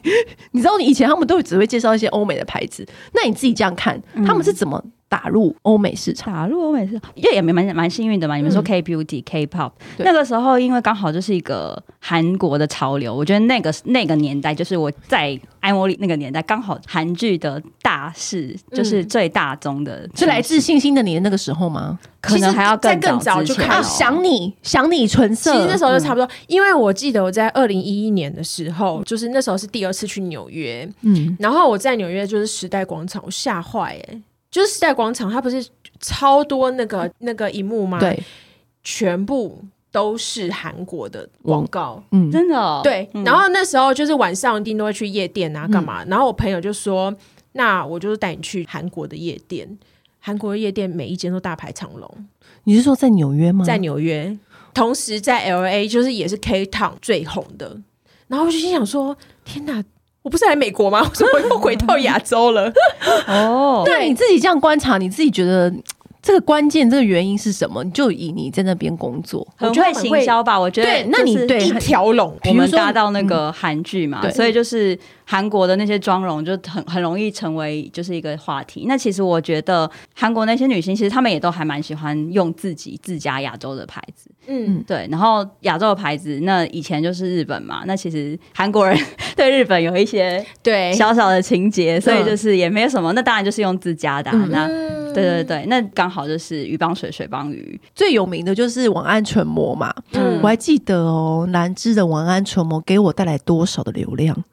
S1: 你知道，你以前他们都只会介绍一些欧美的牌子，那你自己这样看，
S2: 嗯
S1: 他们是怎么打入欧美市场？
S3: 打入欧美是，嗯因为也蛮蛮蛮幸运的嘛。你们说 K beauty、K pop，
S1: 对
S3: 那个时候因为刚好就是一个韩国的潮流，我觉得那个那个年代就是我在爱茉莉那个年代，刚好韩剧的大势就是最大宗的，
S2: 嗯
S1: 是来自信心的你的那个时候吗？
S3: 可能还要
S2: 其实在更
S3: 早
S2: 早
S3: 之
S2: 就
S3: 前
S2: 看到
S3: 哦
S1: 啊，想你，想你纯
S2: 其
S1: 色。
S2: 实那时候就差不多，因为我记得我在二零一一年的时候，就是那时候是第二次去纽约，
S1: 嗯，
S2: 然后我在纽约就是时代广场，我吓坏哎，就是时代广场，它不是超多那个那个荧幕吗？，
S1: 对，
S2: 全部都是韩国的广告。
S1: 嗯，
S3: 真的哦
S2: 对，
S3: 嗯
S2: 然后那时候就是晚上一定都会去夜店啊，干嘛？然后我朋友就说：“那我就是带你去韩国的夜店，韩国的夜店每一间都大排长龙，
S1: 你是说在纽约
S3: 嗯
S1: 吗？
S2: 在纽约，同时在 L A 就是也是 K Town 最红的。”然后我就心想说：“天哪，我不是来美国吗？我 怎么又回到亚洲了？”
S3: 哦，
S1: 那你自己这样观察，你自己觉得嘖这个关键这个原因是什么？你就以你在那边工作，
S3: 很
S2: 我觉得
S3: 会
S2: 很
S3: 行销吧？我觉得
S1: 对那
S3: 就
S1: 你
S3: 是
S1: 对
S2: 一条龙。
S1: 比
S3: 我
S1: 如
S3: 们
S1: 说嗯
S3: 搭到那个韩剧嘛，
S1: 对
S3: 所以就是韩国的那些妆容就很很容易成为就是一个话题。那其实我觉得韩国那些女星，其实她们也都还蛮喜欢用自己自家亚洲的牌子，
S2: 嗯，
S3: 对。然后亚洲的牌子，那以前就是日本嘛，那其实韩国人对日本有 一些
S2: 对，
S3: 小小的情节，所以就是也没有什么。那当然就是用自家的啊、
S1: 嗯
S3: 那。
S2: 嗯
S3: 对对对，那刚好就是鱼帮水，水帮鱼，
S1: 最有名的就是晚安唇膜嘛。
S2: 嗯
S1: 我还记得哦，兰芝的晚安唇膜给我带来多少的流量？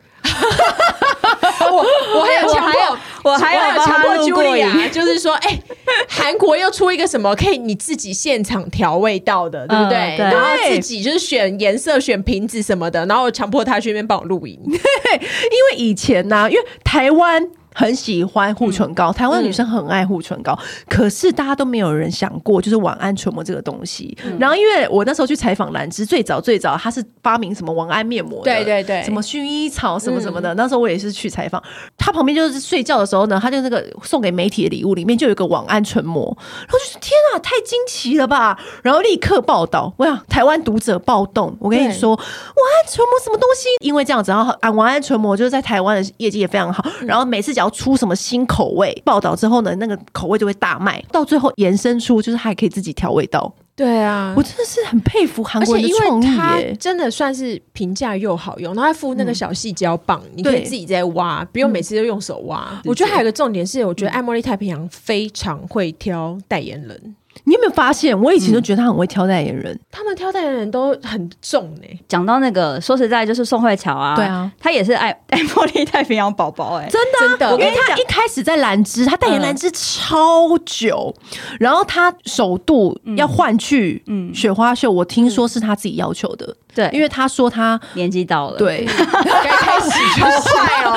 S2: 我还有
S3: 我
S2: 强
S3: 还
S2: 迫
S3: 有。我还有
S2: 有强
S3: 帮他
S2: 迫
S3: 录
S2: 茱
S3: 过
S2: 莉
S3: 影
S2: 亚， 就是说，哎、韩国又出一个什么可以你自己现场调味道的，对不对？
S3: 嗯对
S2: 然后自己就是选颜色、选瓶子什么的，然后我强迫他去那边帮我录影。
S1: 因为以前呢、因为台湾很喜欢护唇膏，台湾女
S2: 嗯
S1: 生很爱护唇膏，可是大家都没有人想过，就是晚安唇膜这个东西。
S2: 嗯
S1: 然后，因为我那时候去采访兰芝，最早最早她是发明什么晚安面膜的，
S2: 对对对
S1: 什么薰衣
S2: 哎
S1: 草什么什么
S2: 嗯
S1: 的。那时候我也是去采访，她旁边就是睡觉的时候呢，她就那个送给媒体的礼物里面就有一个晚安唇膜，然后就是天啊，太惊奇了吧！然后立刻报道，我想台湾读者暴动，我跟你
S2: 对
S1: 说，晚安唇膜什么东西？因为这样子，然后啊，晚安唇膜就是在台湾的业绩也非常好，
S2: 嗯
S1: 然后每次只要出什么新口味，报道之后呢，那个口味就会大卖，到最后延伸出就是还可以自己调味道，
S2: 对啊
S1: 我真的是很佩服韩
S2: 而
S1: 国
S2: 且
S1: 人的
S2: 因
S1: 创
S2: 为
S1: 意
S2: 它
S1: 耶。
S2: 真的算是平价又好用，然后它附那个小细胶棒，你可以
S1: 对
S2: 自己在挖，不用每次都用手挖。我觉得还有一个重点是，我觉得爱茉莉太平洋非常会挑代言人，
S1: 你有没有发现？我以前就觉得他很会挑代言人，
S2: 他们挑代言人都很重呢、
S3: 讲到那个，说实在就是宋慧乔啊，
S1: 对啊，
S3: 她也是爱 爱茉莉太平洋宝宝哎，
S1: 真的啊、
S2: 真的
S1: 我跟
S2: 我跟
S1: 他一开始在兰芝，他代言兰芝超久，然后他首度要换去
S3: 嗯
S1: 雪花秀，我听说是他自己要求的，
S3: 对，
S1: 因为他说他
S3: 年纪到了，，
S1: 对。
S2: 该开始就是快哦，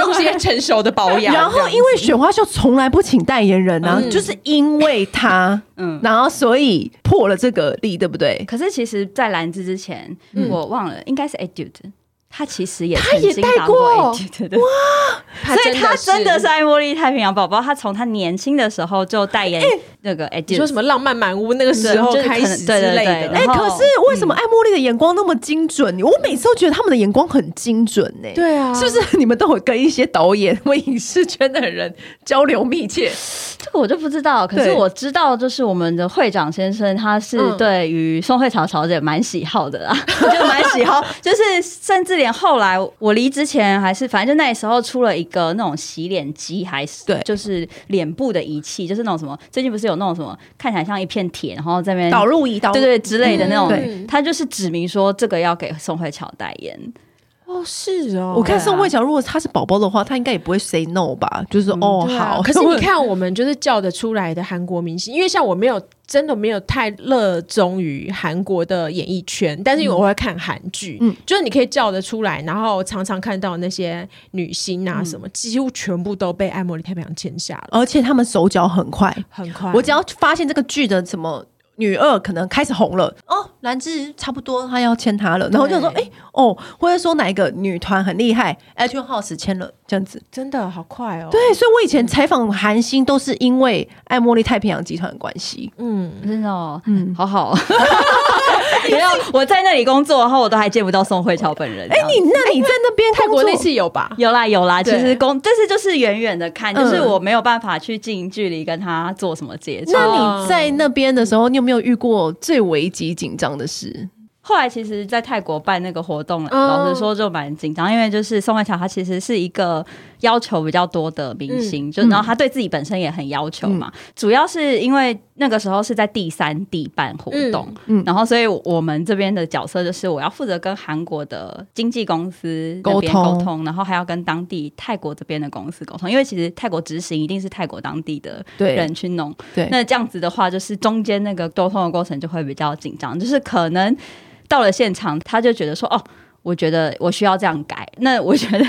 S2: 用一些成熟的保养。
S1: 然后因为雪花秀从来不请代言人啊，
S2: 嗯
S1: 就是因为他，
S3: 嗯。
S1: 然后所以破了这个例，对不对？
S3: 可是其实，在兰芝之前，
S2: 嗯
S3: 我忘了，应该是 Etude，她其实也
S2: 她也
S3: 曾经当
S2: 带过
S3: Etude 的，所以她真的是爱茉莉太平洋宝宝。她从她年轻的时候就代言那个 Etude，
S2: 你说什么浪漫满屋那个时候开始之类的，
S1: 哎、
S3: 然后
S1: 可是为什么爱茉莉的眼光那么精准？我每次都觉得他们的眼光很精准呢、
S2: 对啊，
S1: 是不是 你们都有跟一些导演 或影视圈的人交流密切？
S3: 这个我就不知道，可是
S1: 对
S3: 我知道，就是我们的会长先生，他是
S2: 嗯
S3: 哦对于宋慧乔小姐蛮喜好的啦，就蛮喜好，就是甚至连后来我离之前还是，反正就那时候出了一个那种洗脸机，还是
S1: 对
S3: 就是脸部的仪器，就是那种什么，最近不是有那种什么看起来像一片铁，然后这边
S1: 导入仪嗯导入
S3: 对对之类的那种，
S2: 对
S3: 他就是指明说这个要给宋慧乔代言，
S2: 哦，是哦
S1: 我看宋慧乔，如果她是宝宝的话，她应该也不会 say no 吧？就是说哦
S2: 对啊
S1: 好，
S2: 可是 你，看我们就是叫得出来的韩国明星，因为像我没有真的没有太热衷于韩国的演艺圈，但是我会看韩剧，
S1: 嗯
S2: 就是你可以叫得出来，然后常常看到那些女星啊什么，几乎全部都被《爱茉莉太平洋》签下了，
S1: 而且他们手脚很快，
S2: 很快。
S1: 我只要发现这个剧的什么。女二可能开始红了哦，兰芝差不多，她要签她了，然后就说哎、
S2: 对
S1: 哦，或者说哪一个女团很厉害 a t u House 签了这样子。
S2: 真的好快哦，
S1: 对，所以我以前采访韩星都是因为爱茉莉太平洋集团的关系。
S2: 嗯，
S3: 真的、哦，嗯，好好、哦。 没有，我在那里工作，然后我都还见不到宋慧乔本人。哎、
S1: 你那你在那边
S2: 泰
S1: 泰
S2: 国
S1: 国
S2: 啊那
S1: 那次
S2: 次有吧？
S3: 有啦有啦，其
S2: 对
S3: 实工，但是就是远远的看，就是
S1: 嗯
S3: 我没有办法去近距离跟他做什么接触。
S1: 那你
S2: 嗯
S1: 在那边的时候，你有没有遇过最危急紧张的事？
S3: 后来其实，在泰国办那个活动，
S2: 嗯
S3: 老实说就蛮紧张，因为就是宋慧乔她其实是一个要求比较多的明星，就然后她对自己本身也很要求嘛。主要是因为那个时候是在第三地办活动，
S1: 嗯嗯
S3: 然后所以我们这边的角色就是我要负责跟韩国的经纪公司那边
S1: 沟通
S3: 沟通，然后还要跟当地泰国这边的公司沟通，因为其实泰国执行一定是泰国当地的
S1: 对
S3: 人去弄，
S1: 对
S3: 那这样子的话，就是中间那个沟通的过程就会比较紧张，就是可能到了现场，他就觉得说，哦，我觉得我需要这样改。 那我觉得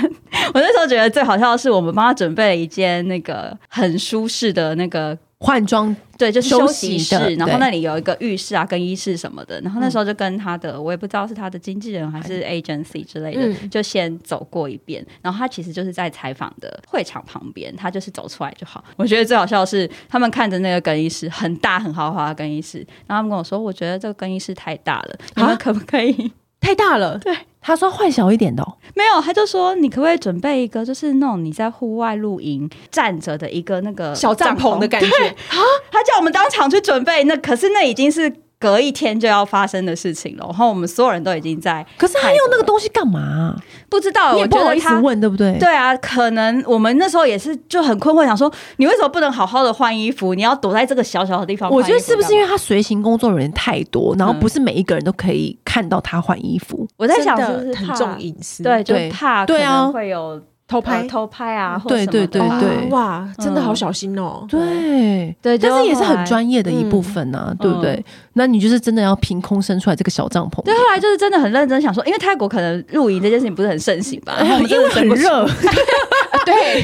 S3: 我那时候觉得最好笑的是，我们帮他准备了一间那个很舒适的那个。
S1: 换装
S3: 对，就是
S1: 休
S3: 休
S1: 息
S3: 息
S1: 的
S3: 室，然后
S1: 对
S3: 那里有一个浴室啊、更衣室什么的。然后那时候就跟他的，我也不知道是他的经纪人还是 agency 之类的，
S2: 嗯
S3: 就先走过一遍。然后他其实就是在采访的会场旁边，他就是走出来就好。我觉得最好笑的是，他们看着那个更衣室很大很豪华的更衣室，然后他们跟我说：“我觉得这个更衣室太大了，你
S2: 啊
S3: 们可不可以
S2: 太大了，
S1: 他说换小一点的、哦，
S3: 没有，他就说你可不可以准备一个，就是那种你在户外露营站着的一个那个
S2: 小嗯帐篷的感觉
S3: 对他叫我们当场去准备，那可是那已经是隔一天就要发生的事情了。然后我们所有人都已经在，
S1: 可是他用那个东西干嘛、啊
S3: 不知道，
S1: 你也
S3: 哦我
S1: 不
S3: 觉
S1: 好
S3: 得
S1: 意思
S3: 他。
S1: 问，对不对？
S3: 对啊，可能我们那时候也是就很困惑，想说你为什么不能好好的换衣服？你要躲在这个小小的地方换衣
S1: 我
S3: 服
S1: 觉
S3: 干嘛？
S1: 得是不是因为他随行工作人员太多，然后
S3: 嗯
S1: 不是每一个人都可以看到他换衣服？
S3: 我在想
S2: 真
S3: 是
S2: 的
S3: 不是
S2: 很
S3: 怕
S2: 重隐私，
S3: 对，就
S1: 对
S3: 怕
S1: 对啊
S3: 可能会有
S2: 偷
S3: 偷
S2: 拍
S3: 偷拍啊，或
S1: 对
S3: 什么的
S1: 对
S2: 哦
S1: 对
S2: 哇，真的
S3: 嗯
S2: 好小心哦。
S1: 对，
S3: 对，
S1: 但
S3: 就是嗯
S1: 也是
S3: 后
S1: 很
S3: 来
S1: 专业的一部分啊，对不对？那你就是真的要凭空生出来这个小帐篷，
S3: 对，啊后来就是真的很认真想说，因为泰国可能露营这件事情不是很盛行吧， 然后我们
S1: 因
S3: 真的
S1: 为很
S3: 生不出
S1: 热，
S2: 对，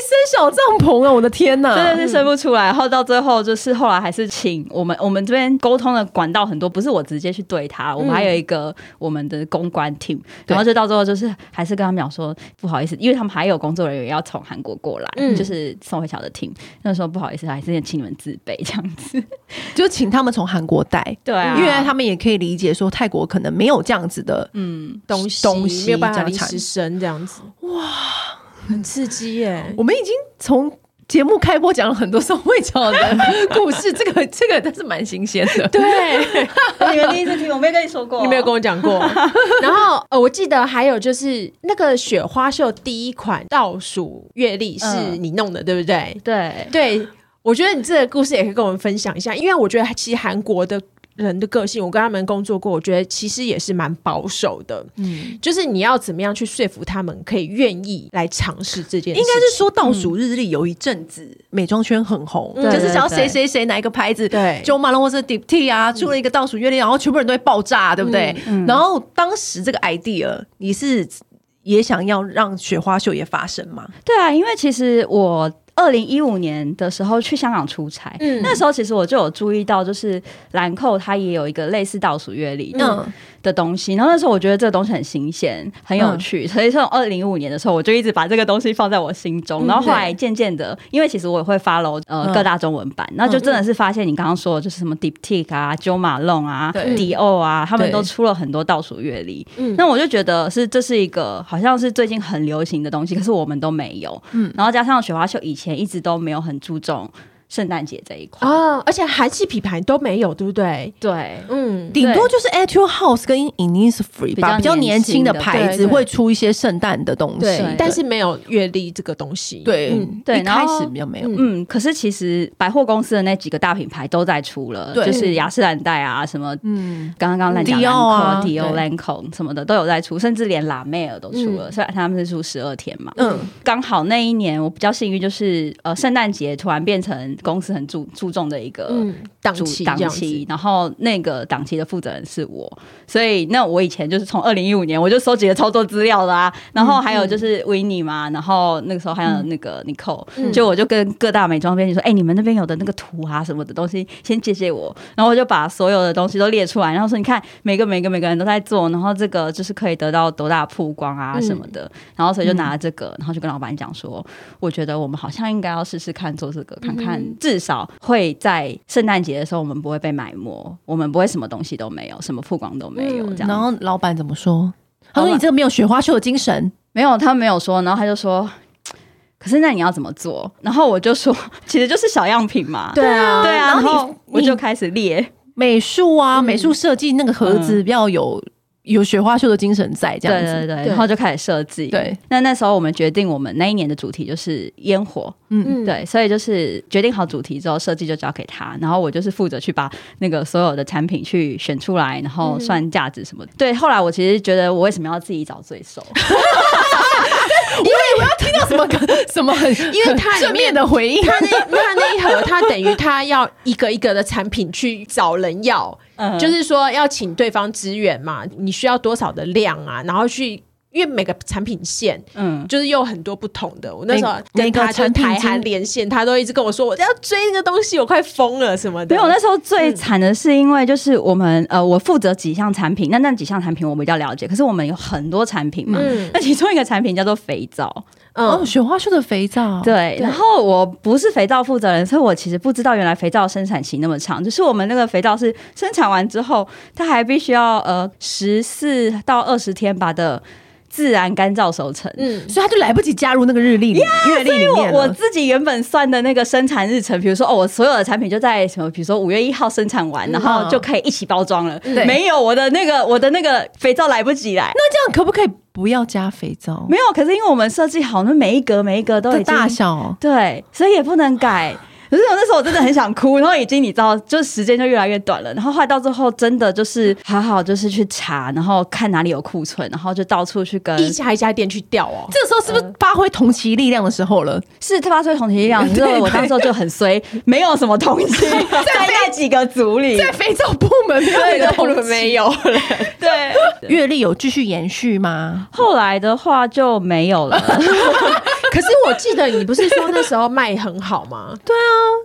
S1: 生小帐篷啊！我的天
S2: 嗯
S1: 呐！
S3: 真的是生不出来。然后到最后就是后来还是请我们我们这边沟通的管道很多，不是我直接去对他，
S2: 嗯
S3: 我们还有一个我们的公关 team，、然后就到最后就是还是跟他们讲说不好意思，因为他们还有工作人员要从韩国过来，
S2: 嗯
S3: 就是宋慧乔的 team，那时候不好意思，还是请你们自备这样 子。
S1: 就请他们从韩国带，
S3: 对啊，
S1: 因为他们也可以理解说泰国可能没有这样子的，
S3: 嗯，
S2: 东西
S1: 东西
S2: 没有办
S1: 这
S2: 法
S1: 样
S2: 离
S1: 产
S2: 时生这样子，哇，很刺激耶！
S1: 我们已经从。节目开播讲了很多宋慧乔的故事，这个这个但是蛮新鲜的。
S2: 对，
S3: 你们第一次听，我没有跟你说过，
S2: 你没有跟我讲 过。然后呃，我记得还有就是那个雪花秀第一款倒数月历是
S3: 嗯
S2: 你弄的，对不对？
S3: 对。
S2: 对，我觉得你这个故事也可以跟我们分享一下，因为我觉得其实韩国的。人的个性，我跟他们工作过，我觉得其实也是蛮保守的。嗯，就是你要怎么样去说服他们可以愿意来尝试这件事情，
S1: 应该是说倒数日历有一阵子美妆圈很红，
S3: 对
S1: 就是想要
S3: 对
S1: 谁谁谁哪一个牌子，
S2: 对
S1: 九马龙或是 d i p t 啊，出了一个倒数月历，然后全部人都会爆炸，对不对？然后当时这个 idea 你是也想要让雪花秀也发生吗？
S3: 对啊，因为其实我二零一五年的时候去香港出差，
S2: 嗯
S3: 那时候其实我就有注意到，就是兰蔻它也有一个类似倒数月历的
S1: 嗯，
S3: 的东西，然后那时候我觉得这个东西很新鲜，很有
S1: 嗯
S3: 趣，所以从二零一五年的时候，我就一直把这个东西放在我心中，然后后来渐渐的，因为其实我也会 follow
S1: 嗯
S3: 呃各大中文版，那就真的是发现你刚刚说的就是什么 Diptyque 啊、Jo Malone 啊、
S1: 对
S3: Dior 啊，他们
S1: 对
S3: 都出了很多倒数月历，
S2: 嗯
S3: 那我就觉得是这是一个好像是最近很流行的东西，可是我们都没有。嗯，然后加上雪花秀以前一直都没有很注重圣诞节这一块。
S2: 哦，而且韩系品牌都没有，对不对？
S3: 对，
S2: 嗯，
S1: 顶多就是 Etude House 跟 Innisfree 吧，
S3: 比
S1: 比
S3: 较
S1: 较
S3: 年
S1: 年
S3: 轻
S1: 轻
S3: 的
S1: 的牌
S2: 对
S1: 子
S2: 对
S1: 会出一些圣诞的东西
S3: 对，
S2: 但是没有阅历这个东西。
S1: 对
S2: 嗯
S3: 对
S1: 一
S3: 然
S1: 开
S3: 后
S1: 始比较没有。
S3: 嗯，可是其实百货公司的那几个大品牌都在出了，
S1: 对
S3: 就是雅诗兰黛啊，什么
S1: 嗯，
S3: 刚刚刚讲
S1: Dior 啊
S3: Dior、
S1: 对
S3: Lancome 什么的都有在出，甚至连拉妹尔都出了，
S2: 嗯
S3: 虽然他们是出十二天嘛。
S1: 嗯，
S3: 刚好那一年我比较幸运，就是呃圣诞节突然变成公司很注注重的一个。
S2: 嗯，档
S3: 主
S2: 期这
S3: 档
S2: 样
S3: 期
S2: 子，，
S3: 然后那个档期的负责人是我，所以那我以前就是从二零一五年我就收集了超多资料啦、然
S2: 嗯
S3: 后还有就是 w i n n i e 嘛，然后那个时候还有那个 Nicole，、
S2: 嗯
S3: 就我就跟各大美妆编辑说，哎、你们那边有的那个图啊什么的东西，先借借我，然后我就把所有的东西都列出来，然后说你看每个每个每个人都在做，然后这个就是可以得到多大的曝光啊
S2: 嗯
S3: 什么的，然后所以就拿了这个，然后就跟老板讲说，我觉得我们好像应该要试试看做这个，看
S2: 嗯
S3: 看至少会在圣诞节的时候我们不会被埋没，我们不会什么东西都没有，什么曝光都没有
S2: 嗯
S3: 这样。
S1: 然后老板怎么说？他
S3: 老
S1: 说
S3: 板
S1: 你这个没有雪花秀的精神，
S3: 没有，他没有说，然后他就说。可是那你要怎么做？然后我就说， 其实就是小样品嘛。
S2: 对啊，
S3: 对
S1: 然
S3: 啊，然
S1: 后你
S3: 后我
S1: 你
S3: 就开始列，
S1: 美术啊，
S2: 嗯
S1: 美术设计那个盒子要有有雪花秀的精神在这
S3: 对
S1: 样
S3: 对
S1: 子。
S3: 对，
S2: 对
S3: 然后就开始设计。
S1: 对，
S3: 那那时候我们决定，我们那一年的主题就是烟火。
S1: 嗯，
S2: 嗯，
S3: 对，所以就是决定好主题之后，设计就交给他，然后我就是负责去把那个所有的产品去选出来，然
S2: 嗯
S3: 后算价值什么的。对，后来我其实觉得我为什么要自己找 罪受？
S1: 听到什么什么很，因
S2: 因为它里面
S1: 正面的回应，啊
S2: 他那他那一盒，他等于他要一个一个的产品去找人要，
S3: 嗯
S2: 就是说要请对方支援嘛，你需要多少的量啊，然后去。因为每个产品线
S3: 嗯，
S2: 就是有很多不同的，我那时候
S1: 每
S2: 跟
S1: 每个
S2: 他就
S1: 产品
S2: 台韩
S1: 经
S2: 连线，他都一直跟我说我要追那个东西，我快疯了什么的。
S3: 没有，那时候
S2: 嗯
S3: 最惨的是，因为就是我们、呃，我负责几项产品，那那几项产品我比较了解，可是我们有很多产品嘛，
S2: 嗯
S3: 那其中一个产品叫做肥皂，
S1: 哦，
S2: 嗯
S1: 雪花秀的肥皂，
S3: 对，然后我不是肥皂负责人，所以我其实不知道原来肥皂生产期那么长，就是我们那个肥皂是生产完之后，它还必须要呃十四到二十天吧的自然干燥熟成。
S2: 嗯，
S1: 所以他就来不及加入那个日历里月历里面
S3: 我我
S1: 了。
S3: 自己原本算的那个生产日程，比如说哦，我所有的产品就在什么，比如说五月一号生产完，然后就可以一起包装了。
S1: 嗯对
S3: 没有我的那个我的那个肥皂来不及来，
S1: 那这样可不可以不要加肥皂？
S3: 没有。可是因为我们设计好，那每一格每一格都已
S1: 的
S3: 经
S1: 大小，
S3: 对，所以也不能改。可是我那时候我真的很想哭，然后已经你知道，就时间就越来越短了。然后后来到最后，真的就是好好就是去查，然后看哪里有库存，然后就到处去跟
S2: 一家一家店去调哦。
S1: 这个时候是不是发挥同期力量的时候了？
S3: 是特发推同体力量。你知道我当时候就很衰，没有什么同期在那几个组里，
S1: 在肥皂部门，
S3: 对
S1: 肥皂部
S3: 对
S1: 门
S3: 没有了。对，
S1: 阅历有继续延续吗？
S3: 后来的话就没有了。
S2: 可是我记得你不是说那时候卖很好 吗？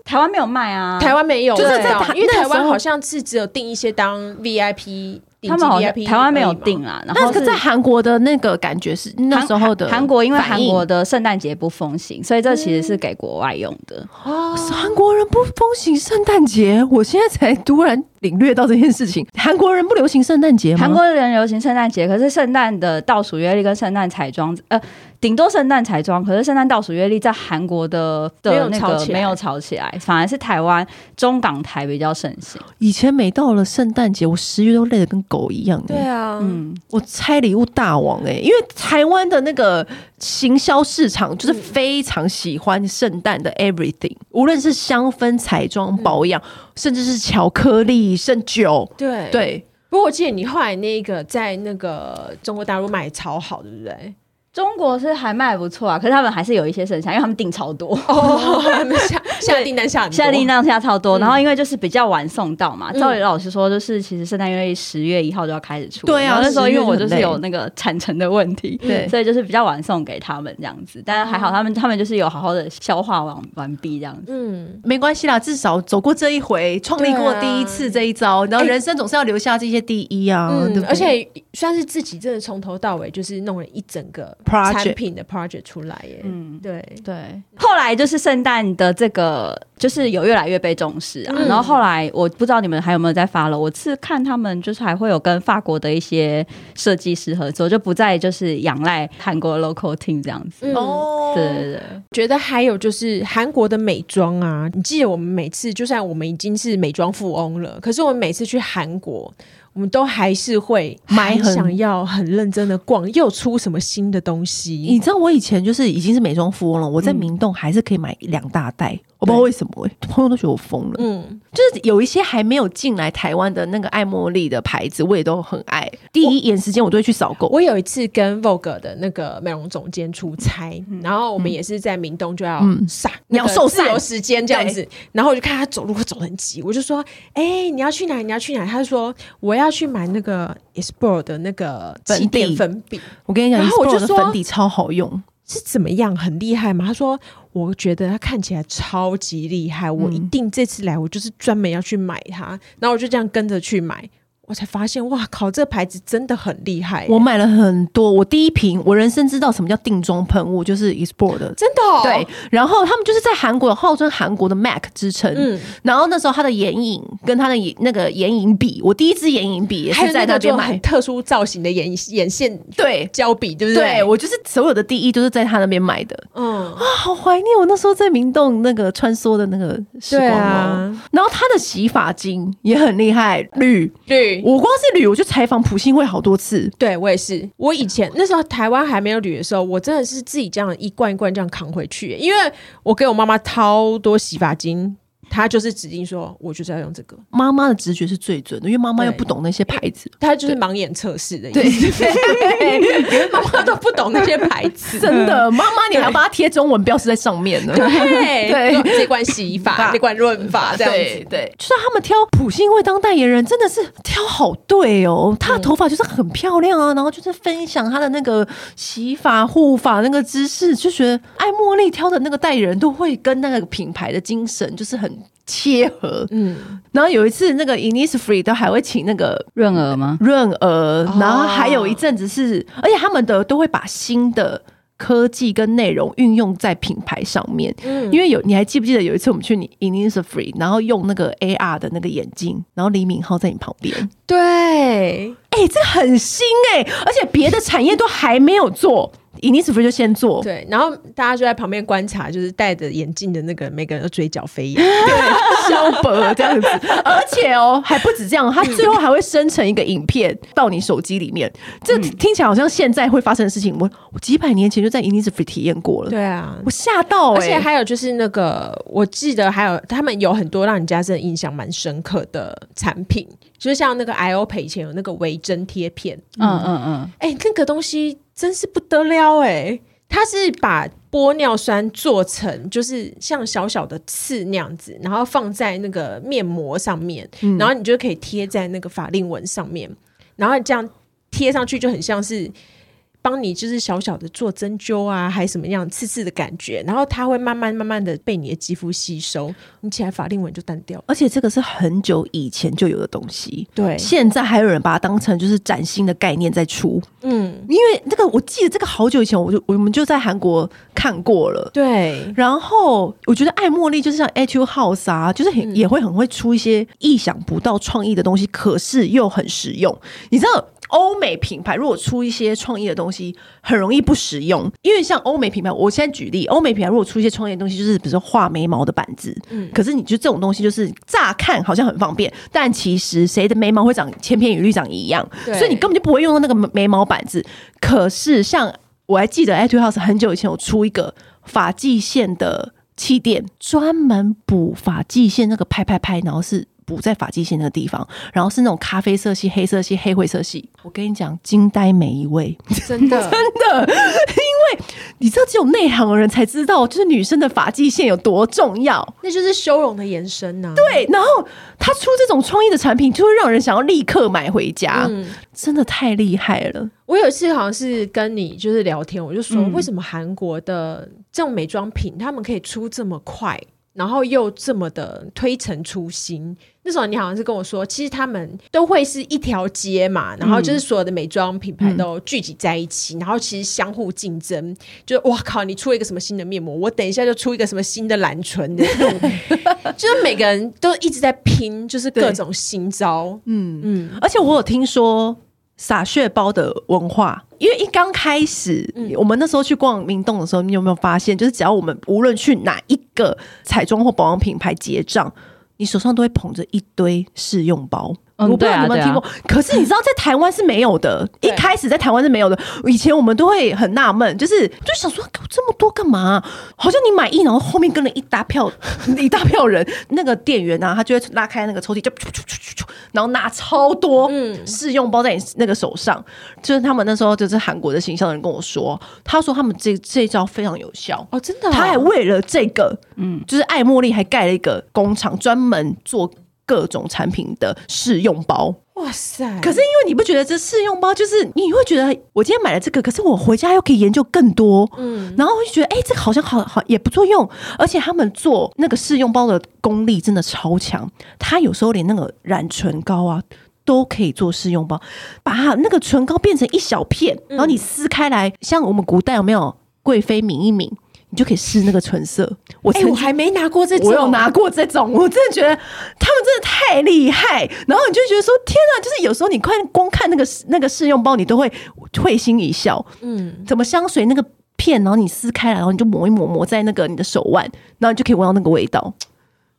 S3: 台湾没有卖啊，
S2: 台湾没有，
S1: 就是
S2: 我知
S1: 在
S2: 道
S1: 台
S2: 因为
S1: 那
S2: 台
S1: 时
S2: 湾
S1: 候
S2: 好像是只有定一些当 VIP，
S3: 他们好像
S2: 顶级 VIP
S3: 台湾没有
S2: 而已嘛
S3: 定。啊。然
S1: 那
S3: 后
S1: 个
S3: 是
S1: 在韩国的那个感觉是那时候的
S3: 韩韩国因为
S1: 反
S3: 韩
S1: 应
S3: 国的圣诞节不风行，所以这其实是给国外用的。
S2: 哦，
S1: 韩国人不风行圣诞节，我现在才突然领略到这件事情。韩国人不流行圣诞节吗？
S3: 韩国人流行圣诞节，可是圣诞的倒数月历跟圣诞彩妆，呃，顶多圣诞彩妆，可是圣诞倒数月历在韩国的
S2: 没
S3: 的
S2: 有
S3: 那
S2: 炒
S3: 个
S2: 起来
S3: 没有炒起来，反而是台湾中港台比较盛行。
S1: 以前每到了圣诞节，我十月都累得跟狗一样、
S2: 对，啊，
S3: 嗯，
S1: 我拆礼物大王哎、因为台湾的那个行销市场
S2: 嗯
S1: 就是非常喜欢圣诞的 everything，、无论是香氛、彩妆、保养，甚至是巧克力、甚至酒。
S2: 嗯
S3: 嗯
S2: 对。
S1: 对，
S2: 不过我记得你后来那个在那个中国大陆卖超好，对不对？
S3: 中国是还卖不错啊，可是他们还是有一些剩下，因为他们订超 多。
S2: 哦，他们 下下订单下很多
S3: 下订单下超多，然后因为就是比较晚送到嘛。
S2: 嗯
S3: 照理老师说，就是其实圣诞月十月一号就要开始出了，
S1: 对啊
S3: 然后那时候因为我就嗯
S1: 10
S3: 是
S1: 月就
S3: 有
S1: 很
S3: 那个产程的问题，
S1: 对
S3: 所以就是比较晚送给他们这样子。但还好他们他们就是有好好的消化完完毕这样子。
S2: 嗯，
S1: 没关系啦，至少走过这一回，创立过第一次这一招，然后人生总是要留下这些第一啊，
S2: 哎嗯
S1: 对不对
S2: 而且算是自己真的从头到尾就是弄了一整个
S1: Project
S2: 产品的 project 出来耶。
S3: 嗯
S2: 对，
S3: 对，后来就是圣诞的这个就是有越来越被重视啊。然后后来我不知道你们还有没有在发了，我是看他们就是还会有跟法国的一些设计师合作，就不再就是仰赖韩国 local team 这样子。
S2: 哦，
S1: 哦，
S3: 对对对，
S2: 觉得还有就是韩国的美妆啊，你记得我们每次，就算我们已经是美妆富翁了，可是我们每次去韩国，我们都还是会
S1: 买
S2: 很
S1: 很
S2: 想要很认真的逛，又出什么新的东
S1: 你
S2: 西。
S1: 知道我以前就是已经是美妆富翁了，我在
S2: 嗯
S1: 明洞还是可以买两大袋，我不知道为什么、欸，朋友都觉得我疯了。
S2: 嗯，
S1: 就是有一些还没有进来台湾的那个爱茉莉的牌子，我也都很爱。第一眼时间我都会去扫购。
S2: 我有一次跟 Vogue 的那个美容总监出差，然后我们也是在明洞就要
S1: 嗯
S2: 散，
S1: 你要
S2: 那个
S1: 受
S2: 自
S1: 散
S2: 由时间这样子，然后我就看他走路会走得很急，我就说：“哎、你要去哪？你要去哪？”他就说：“我要去买那个 Espor 的那个
S1: 粉
S2: 气垫
S1: 底
S2: 粉饼。”
S1: 我跟你讲，
S2: 然后我就
S1: Inspiro 的
S2: 说
S1: 粉底超好用，
S2: 是怎么样很厉害吗？他说，我觉得他看起来超级厉害，
S1: 嗯
S2: 我一定这次来我就是专门要去买它。然后我就这样跟着去买，我才发现哇靠，这个牌子真的很厉害、
S1: 我买了很多。我第一瓶，我人生知道什么叫定妆喷雾，就是 Explore 的。
S2: 真的、哦、
S1: 对，，然后他们就是在韩国号称韩国的 MAC 之称，
S2: 嗯
S1: 然后那时候他的眼影跟他的眼那个眼影笔，我第一支眼影笔也
S2: 还
S1: 是
S2: 有
S1: 在
S2: 那个
S1: 边
S2: 就
S1: 买
S2: 很，特殊造型的眼眼线
S1: 对
S2: 胶笔，对不
S1: 对，
S2: 对，
S1: 我就是所有的第一都是在他那边买的，啊
S2: 嗯，
S1: 好怀念我那时候在明洞那个穿梭的那个时
S2: 对
S1: 光哦。
S2: 啊，
S1: 然后他的洗发精也很厉害，铝。
S2: 对。
S1: 我光是铝，我就采访普信会好多次。
S2: 对我也是，我以前那时候台湾还没有旅的时候，我真的是自己这样一罐一罐这样扛回去，因为我给我妈妈超多洗发精，她就是指定说我就是要用这个，
S1: 妈妈的直觉是最准的，因为妈妈又不懂那些牌子。
S2: 它就是盲眼测试的意
S1: 对，
S2: 思，妈妈都不懂那些牌 子。
S1: 真的，妈妈你还帮她贴中文标识在上面呢。
S2: 对
S1: 嗯对
S2: 这罐洗发，
S1: 发
S2: 这罐润发，这样
S1: 对
S2: 子。
S1: 对，就是他们挑普信会当代言人，真的是挑好对哦。她的头发就是很漂亮啊，然后就是分享她的那个洗发护发那个知识，就觉得爱茉莉挑的那个代言人都会跟那个品牌的精神就是很切合。
S2: 嗯，
S1: 然后有一次，那个 Innisfree 都还会请那个
S3: 润儿吗？
S1: 润儿，然后还有一阵子是，而且他们的都会把新的科技跟内容运用在品牌上面。
S2: 嗯
S1: 因为有你还记不记得有一次我们去你 Innisfree，然后用那个 AR 的那个眼镜，然后李敏镐在你旁边，
S2: 对，
S1: 哎、这很新哎、而且别的产业都还没有做，Innisfree 就先做。
S2: 对。然后大家就在旁边观察，就是戴着眼镜的那个人，每个人都嘴角飞 扬。
S1: 对，肖伯这样子，而且哦，还不止这样，他最后还会生成一个影片到你手机里面。这
S2: 嗯
S1: 听起来好像现在会发生的事情，我我几百年前就在 Innisfree 体验过了，
S2: 对啊，
S1: 我吓到
S2: 而
S1: 哎、
S2: 且还有就是那个，我记得还有他们有很多让人家真的印象蛮深刻的产品，就是像那个 IOP 以前有那个微针贴片，
S3: 嗯嗯嗯，
S2: 哎、那个东西真是不得了哎、它是把玻尿酸做成就是像小小的刺那样子，然后放在那个面膜上面，然后你就可以贴在那个法令纹上面，然后这样贴上去就很像是。帮你就是小小的做针灸啊，还什么样刺刺的感觉，然后它会慢慢慢慢的被你的肌肤吸收，你起来法令纹就淡掉了。
S1: 而且这个是很久以前就有的东西，
S2: 对
S1: 现在还有人把它当成就是崭新的概念在出。
S2: 嗯，
S1: 因为这个我记得这个好久以前我就我们就在韩国看过了。
S2: 对，
S1: 然后我觉得爱茉莉就是像 H U House 啊，就是很、也会很会出一些意想不到创意的东西，可是又很实用。你知道欧美品牌如果出一些创意的东西，很容易不实用，因为像欧美品牌，我现在举例，欧美品牌如果出一些创意的东西，就是比如说画眉毛的板子，可是你就这种东西，就是乍看好像很方便，但其实谁的眉毛会长千篇一律长一样，
S2: 对
S1: 所以你根本就不会用到那个眉毛板子。可是像我还记得 Etude House 很久以前有出一个发际线的气垫，专门补发际线那个拍拍拍，然后是。补在发际线那个地方，然后是那种咖啡色系、黑色系、黑灰色系。我跟你讲，惊呆每一位，
S2: 真 的，
S1: 你知道只有内行的人才知道，就是女生的发际线有多重要。
S2: 那就是修容的延伸啊呐、对，
S1: 对，然后他出这种创意的产品，就会让人想要立刻买回
S2: 啊
S1: 家，
S2: 嗯
S1: 真的太厉害了。
S2: 我有一次好像是跟你就是嗯聊天，我就说为什么韩国的这种美妆品他们可以出这么快，然后又这么的推陈出新。那时候你好像是跟我说，其实他们都会是一条街嘛，然后就是所有的美妆品牌都聚集在一起，然后其实相互竞争，就哇靠，你出了一个什么新的面膜，我等一下就出一个什么新的蓝唇的那种， 就是每个人都一直在拼，就是各种新招。嗯嗯，
S1: 而且我有听说撒血包的文化，因为一刚开始，
S3: 嗯
S1: 我们那时候去逛明洞的时候，你有没有发现，就是只要我们无论去哪一个彩妆或保养品牌结账，你手上都会捧着一堆试用包。
S3: 嗯
S1: 我不知道你有没
S3: 对
S1: 有
S3: 啊
S1: 听过，可是你知道在台湾是没有的。一
S2: 对
S1: 开始在台湾是没有的，以前我们都会很纳闷，就是就想说搞这么多干嘛、好像你买一，然后后面跟了一大票 一大票人，那个店员啊，他就会拉开那个抽屉，就咻咻咻咻咻然后拿超多
S2: 嗯
S1: 试用包在你那个手上。就是他们那时候就是韩国的行销人跟我说，他说他们这这一招非常有效。
S2: 哦，真的哦、
S1: 他还为了这个，嗯，就是爱茉莉还盖了一个工厂，专门做各种产品的试用包。
S2: 哇塞，
S1: 可是因为你不觉得这试用包就是你会觉得我今天买了这个，可是我回家又可以研究更多，嗯，然后我就觉得哎、这个好像好好也不错用，而且他们做那个试用包的功力真的超强，他有时候连那个染唇膏啊。都可以做试用包，把它那个唇膏变成一小片，
S2: 嗯
S1: 然后你撕开来，像我们古代有没有贵妃抿一抿，你就可以试那个唇色。我
S2: 哎、
S1: 曾经
S2: 我还没拿过这种，
S1: 我有拿过这种，我真的觉得他们真的太厉害。然后你就觉得说，天啊，就是有时候你看光看那个那个试用包，你都会会心一笑。
S2: 嗯，
S1: 怎么香水那个片，然后你撕开来，然后你就抹一抹，抹在那个你的手腕，然后你就可以闻到那个味道。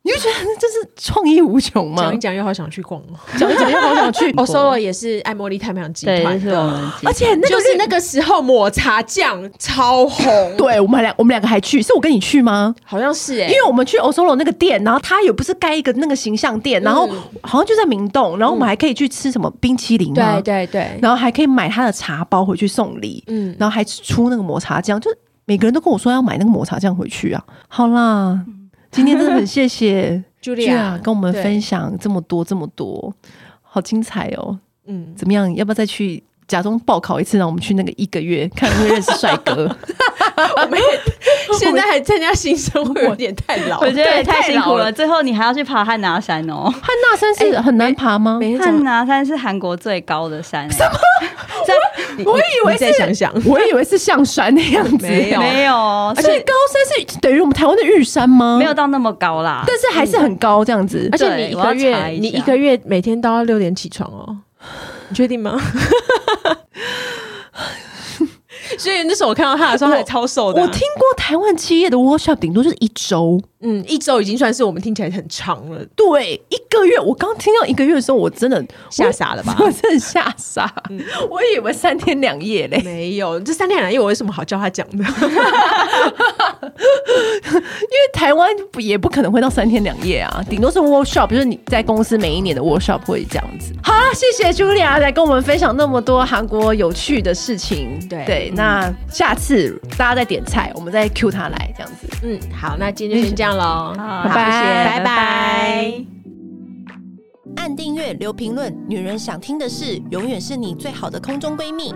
S1: 你就觉得这是创意无穷吗
S2: 讲一？讲又好想去逛哦。
S1: 讲一讲又好想去
S2: 哦，Solo 也是爱茉莉太平洋集
S3: 对，
S2: 团
S3: 这是
S2: 的，
S3: 我们集
S1: 而且那
S2: 就
S1: 个
S2: 是
S1: 是
S2: 哦那个时候抹茶酱超红，
S1: 对我们两我们两个还去，是我跟你去吗？
S2: 好像是哎、
S1: 因为我们去 Osolo 那个店，然后他也不是盖一个那个形象店，然后好像就在明洞，然后我们还可以去吃什么冰淇淋吗？
S2: 对对对，
S1: 然后还可以买他的茶包回去送礼，
S2: 嗯
S1: 然后还出那个抹茶酱，就每个人都跟我说要买那个抹茶酱回去啊。好啦，今天真的很谢谢
S2: Julia
S1: 跟我们
S2: 对啊
S1: 分享这么多这么多，好精彩哦！
S2: 嗯，
S1: 怎么样？要不要再去？假装报考一次，让我们去那个一个月，看会不会认识帅 哥。
S2: 现在还参加新生会有点太老
S3: 我
S2: 了。
S3: 觉得
S1: 对
S3: 也
S1: 太
S3: 太辛
S1: 老
S3: 苦
S1: 了
S3: 了，最后你还要去爬汉拿山哦。
S1: 汉娜山是很难爬吗？
S2: 没
S3: 汉
S2: 讲，
S3: 拿山是韩国最高的山、欸，
S1: 我以为
S2: 你再
S1: 是，
S2: 想想，
S1: 我以为是象山那样子。
S2: 没有
S3: 没有哦，
S1: 而
S3: 所以
S1: 且高山是等于我们台湾的玉山吗？
S3: 没有，到那么高啦。
S1: 但是还是很高这样子。
S2: 而且你一
S3: 我要
S2: 个月，
S3: 查一
S2: 你
S3: 下
S2: 一个月每天都要六点起床 哦，你确定吗？ 所以那时候我看到他的时候，他还超瘦的啊、
S1: 我听过台湾企业的 workshop 顶多就是一周，
S2: 嗯，一周已经算是我们听起来很长了，
S1: 对，一个月。我刚听到一个月的时候，我真的
S2: 吓傻了吧
S1: 我真的吓傻，我以为三天两夜嘞，
S2: 没有，这三天两夜我有什么好叫他讲
S1: 因
S2: 的？
S1: 为台湾不也不可能会到三天两夜啊，顶多是 workshop，就是你在公司每一年的 workshop 会这样子。好了，谢谢 Julia 来跟我们分享那么多韩国有趣的事情。
S2: 对嗯
S1: 那下次大家再点菜，我们再 Q 他来这样子。
S2: 嗯，好，那今天就先这样喽，
S3: 好
S1: 拜拜
S2: 拜
S3: 拜
S2: 拜
S3: 拜。
S1: 按订阅，留评论，女人想听的事，永远是你最好的空中闺蜜。